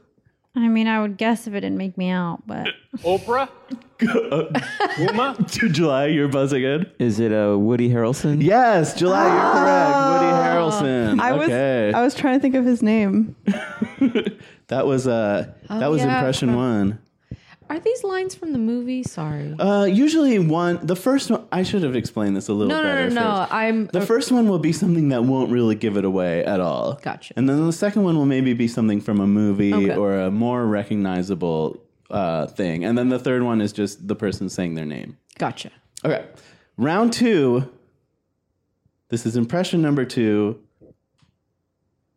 I mean, I would guess if it didn't make me out, but
Oprah?
To July, you're buzzing in.
Is it uh, Woody Harrelson?
Yes, July,
Ah.
you're correct. Woody Harrelson.
I was
okay.
I was trying to think of his name.
that was uh, that
Oh,
was
yeah,
impression
from-
one.
Are these lines from the movie? Sorry.
Uh, usually one, the first one. I should have explained this a little
No, no,
better.
no, no,
first.
I'm-
the first one will be something that won't really give it away at all. Gotcha. And then the second one will maybe be something from a movie
Okay.
or a more recognizable uh, thing. And then the third one is just the person saying their name.
Gotcha.
Okay. Round two. This is impression number two.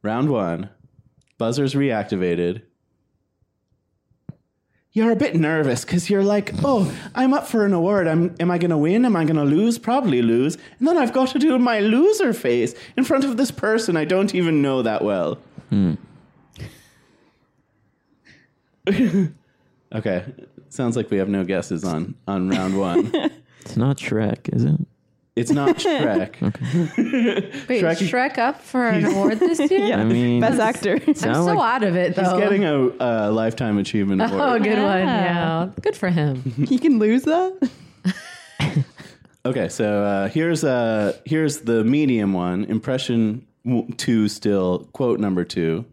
Round one. Buzzer's reactivated. You're a bit nervous because you're like, oh, I'm up for an award. I'm, am I going to win? Am I going to lose? Probably lose. And then I've got to do my loser face in front of this person I don't even know that well.
Hmm.
Okay. Sounds like we have no guesses on, on round one.
It's not Shrek, is it?
It's not Shrek.
Wait,
Shrek-
Shrek, up for an award this year?
Yeah, I mean- Best
actor.
I'm
Sound
so
like-
out of it
He's
though.
getting a uh, lifetime achievement award.
oh, good one.
Yeah.
Yeah, good for him.
He can lose that.
Okay, so uh, here's uh, here's the medium one impression w- two still quote number two.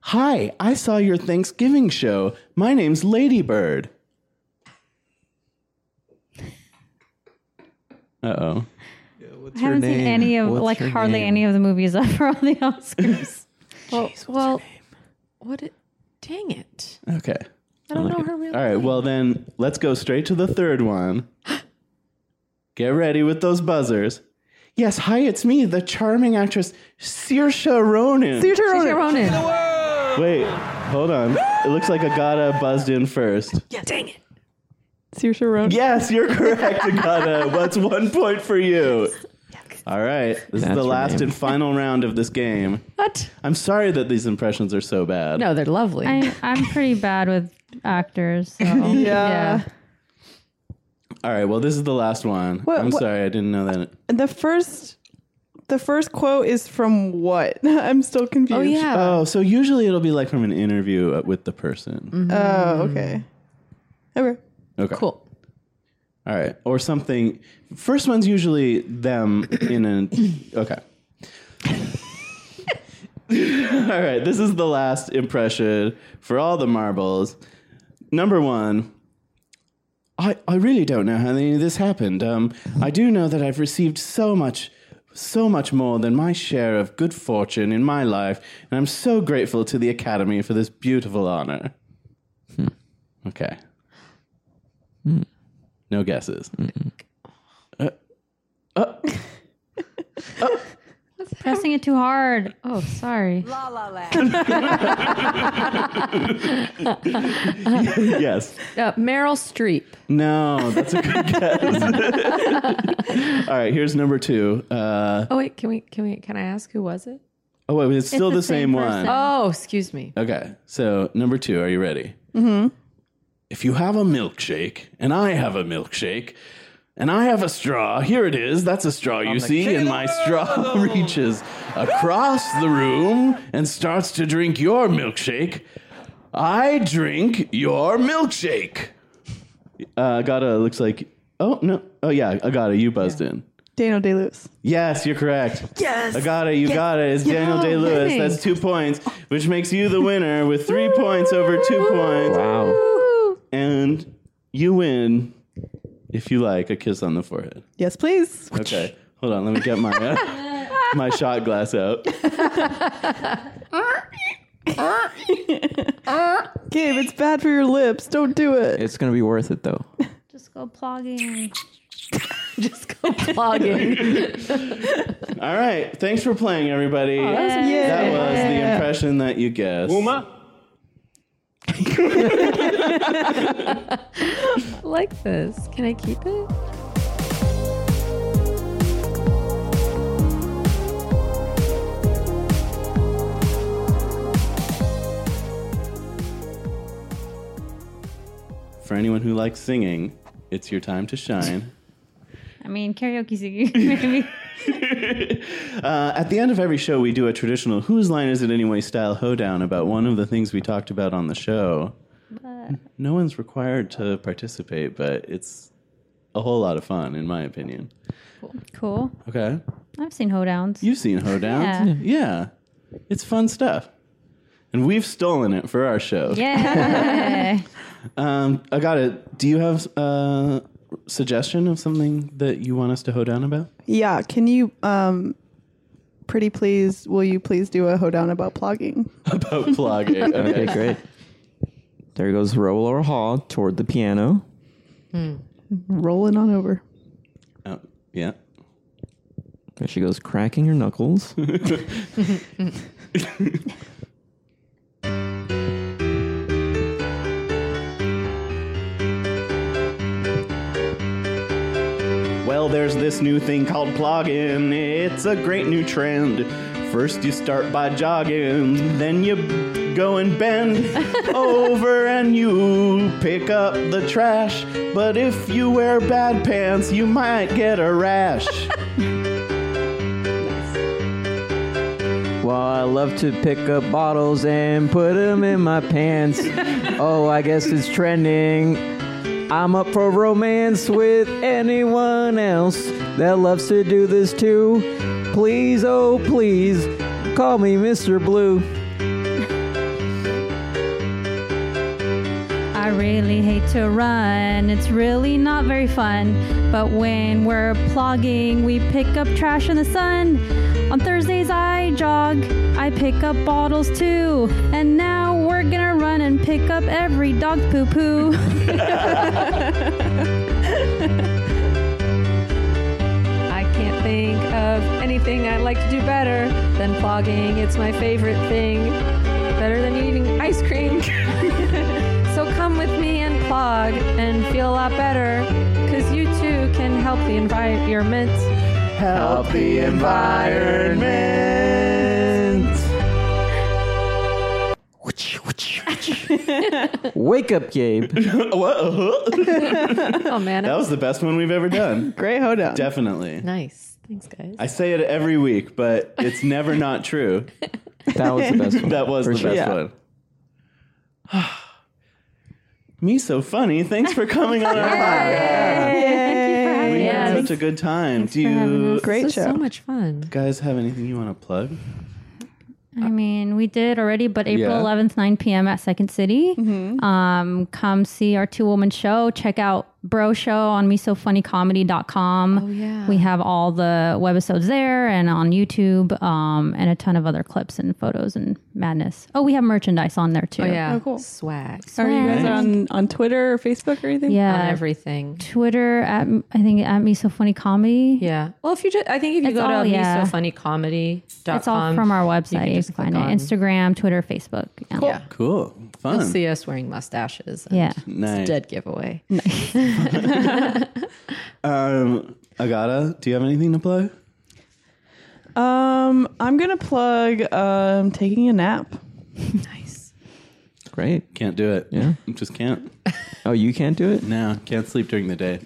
Hi, I saw your Thanksgiving show. My name's Ladybird. Uh oh.
I haven't seen any of like hardly any of the movies up for all the Oscars.
Well, well what? It, dang it!
Okay.
I don't know her real.
All right. Well, then let's go straight to the third one. Get ready with those buzzers. Yes, hi, it's me, the charming actress Saoirse Ronan.
Saoirse Ronan. Saoirse
Ronan.
Wait, hold on. It looks like Agata buzzed in first.
Yeah, dang it!
Saoirse Ronan.
Yes, you're correct, Agata. What's one point for you? All right. This is
her
the last
name.
and final round of this game.
What?
I'm sorry that these impressions are so bad.
No, they're lovely.
I, I'm pretty bad with actors. So. yeah.
All right. Well, this is the last one.
What-
I'm
what- Uh,
sorry. I didn't know that.
And the first, the first quote is from what? I'm still confused.
uh,
Oh, so usually it'll be like from an interview uh, with the person.
Oh, okay. Okay.
Okay. Cool. All right. Or something. First one's usually them in an. Okay. all right. This is the last impression for all the marbles. Number one. I, I really don't know how any of this happened. Um, I do know that I've received so much, so much more than my share of good fortune in my life, and I'm so grateful to the Academy for this beautiful honor. Okay. No guesses. Uh, uh, uh,
Pressing it too hard. Oh, sorry.
La La Land.
yes.
Uh, Meryl Streep.
No, that's a good guess. All right, here's number two. Uh,
Oh wait, can we can we can I ask who was it?
oh, wait, it's still the, same, one.
Oh, excuse me.
Okay, so number two, are you ready?
Mm-hmm.
If you have a milkshake and I have a milkshake and I have a straw, here it is. That's a straw, you see. And my straw reaches across the room and starts to drink your milkshake. I drink your milkshake. Uh, Agata looks like, oh, no. Oh, yeah, Agata, you buzzed in.
Daniel Day Lewis.
Yes, you're correct.
Yes.
Agata, you
Yes.
got it. It's
Yeah,
Daniel Day Lewis.
thanks.
That's two points, which makes you the winner with three points over two points. Wow. And you win if you like a kiss on the forehead.
Yes, please.
Okay. Hold on, let me get my uh, my shot glass out.
Gabe, it's bad for your lips. Don't do it.
It's gonna be worth it though.
Just go plugging.
Just go plugging.
All right. Thanks for playing, everybody.
Oh, that was amazing.
That was the
Yeah.
impression that you guessed.
Uma?
I like this. Can I keep it?
For anyone who likes singing, it's your time to shine.
I mean, karaoke singing, maybe.
Uh, at the end of every show, we do a traditional "Whose Line Is It Anyway?" style hoedown about one of the things we talked about on the show. No one's required to participate, but it's a whole lot of fun, in my opinion.
Cool.
Okay,
I've seen hoedowns.
you've seen hoedowns, yeah. It's fun stuff, and we've stolen it for our show.
Yeah.
Um, I got it. Do you have a suggestion of something that you want us to hoedown about?
Yeah. Can you, um, pretty please, will you please do a hoedown about plugging?
about plugging?
Okay, great. There goes Roller Hall toward the piano.
Rolling on over.
Oh, yeah.
There she goes, cracking her knuckles.
Well, there's this new thing called plugging. It's a great new trend. First, you start by jogging, then you go and bend over and you pick up the trash. But if you wear bad pants, you might get a rash.
Well, I love to pick up bottles and put them in my pants. Oh, I guess it's trending. I'm up for romance with anyone else that loves to do this too. Please, oh, please, call me Mr. Blue.
I really hate to run. It's really not very fun. But when we're plugging, we pick up trash in the sun. On Thursdays, I jog. I pick up bottles too. And now we're gonna run and pick up every dog poo poo.
I can't think of anything I like to do better than vlogging. It's my favorite thing. Better than eating ice cream. so come with me and plug and feel a lot better because you too can help the environment.
Help the environment.
Wake up, Gabe.
oh man,
That was the best one we've ever done.
Great hoedown.
Definitely.
nice. Thanks, guys.
I say it every week, but it's never not true.
That was the best one.
That was
for
the
sure.
best
Yeah.
one. Me so funny. Thanks for coming on our podcast. We had such a good time. Do you
Great
this
show.
was so much fun.
guys have anything you want to plug?
I mean, we did already, but April
Yeah.
Mm-hmm.
11th, 9 p.m. at Second City. Um, come see our two woman show. Check out Bro Show on MeSoFunnyComedy.com.
Oh, yeah.
We have all the webisodes there and on YouTube um, and a ton of other clips and photos and madness. Oh, we have merchandise on there too.
Oh, yeah. cool. Swag.
Are you guys
Swag.
on, on Twitter or Facebook or anything?
Yeah.
On everything.
Twitter at I think at me so funny comedy.
Yeah. Well, if you just, I think if you
It's
go
all-
to
yeah.
yeah. mesofunnycomedy.com,
It's all from our website. You can,
just
find it.
click on-
Instagram, Twitter, Facebook. Yeah.
Yeah.
Cool. Fun.
You'll see us wearing mustaches. And
Yeah.
Nice.
It's a dead giveaway.
Um, Agata, do you have anything to plug?
Um, I'm gonna plug um, taking a nap.
Great. Can't do it. Yeah. Just can't.
oh, you can't do it?
No, can't sleep during the day.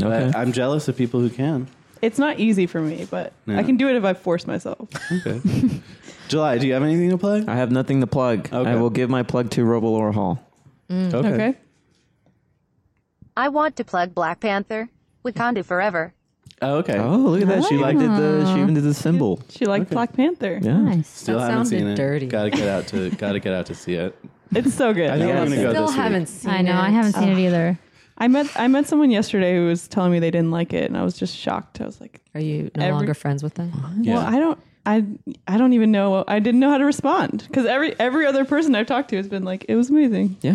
Okay.
But I'm jealous of people who can.
It's not easy for me, but
Yeah.
I can do it if I force myself.
Okay. July, do you have anything to plug?
I have nothing to plug. I will give my plug to Robolore Hall. Okay. Okay.
I want to plug Black Panther. Wakanda Forever.
Oh, okay.
Oh, look at that. She liked it.
Ah.
The, she even did the symbol.
She liked Black Panther.
Yeah.
Nice.
Still haven't seen it. Gotta get out to gotta get out to see it.
It's so good.
I think I'm gonna go this week.
seen
I know. I haven't seen it Oh. either.
I met I met someone yesterday who was telling me they didn't like it, and I was just shocked. I was like,
Are you no
Every-
longer friends with them?
Well, I don't. I I don't even know. I didn't know how to respond because every every other person I've talked to has been like, "It was amazing."
Yeah.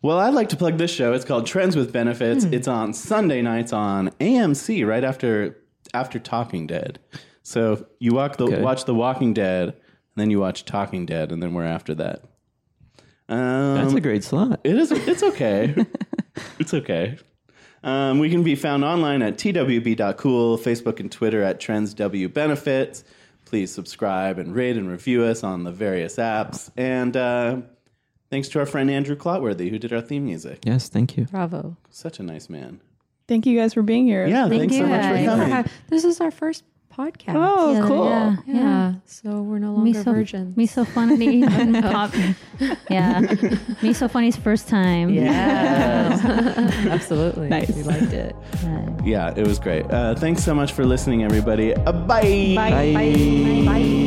Well, I'd like to plug this show. It's called Trends with Benefits. It's on Sunday nights on AMC right after after Talking Dead. So you walk the, watch The Walking Dead, and then you watch Talking Dead, and then we're after that. Um,
That's a great slot.
It is. It's okay. it's okay. Um, we can be found online at twb.cool, Facebook and Twitter at trendswbenefits. Please subscribe and rate and review us on the various apps. And uh, thanks to our friend Andrew Clotworthy, who did our theme music.
Yes, thank you.
Bravo.
Such a nice man.
Thank you guys for being here.
Yeah, Thank thanks so you much for guys. coming.
Hi. This is our first podcast.
Oh,
Yeah,
cool.
Yeah.
Yeah. So we're no
Me
longer
so,
virgins.
me so funny. Pop. Yeah. Me so funny's first time.
Yeah. Absolutely.
Nice.
We liked it.
Yeah, it was great. Uh, thanks so much for listening, everybody. Uh, bye.
Bye. Bye. Bye. Bye.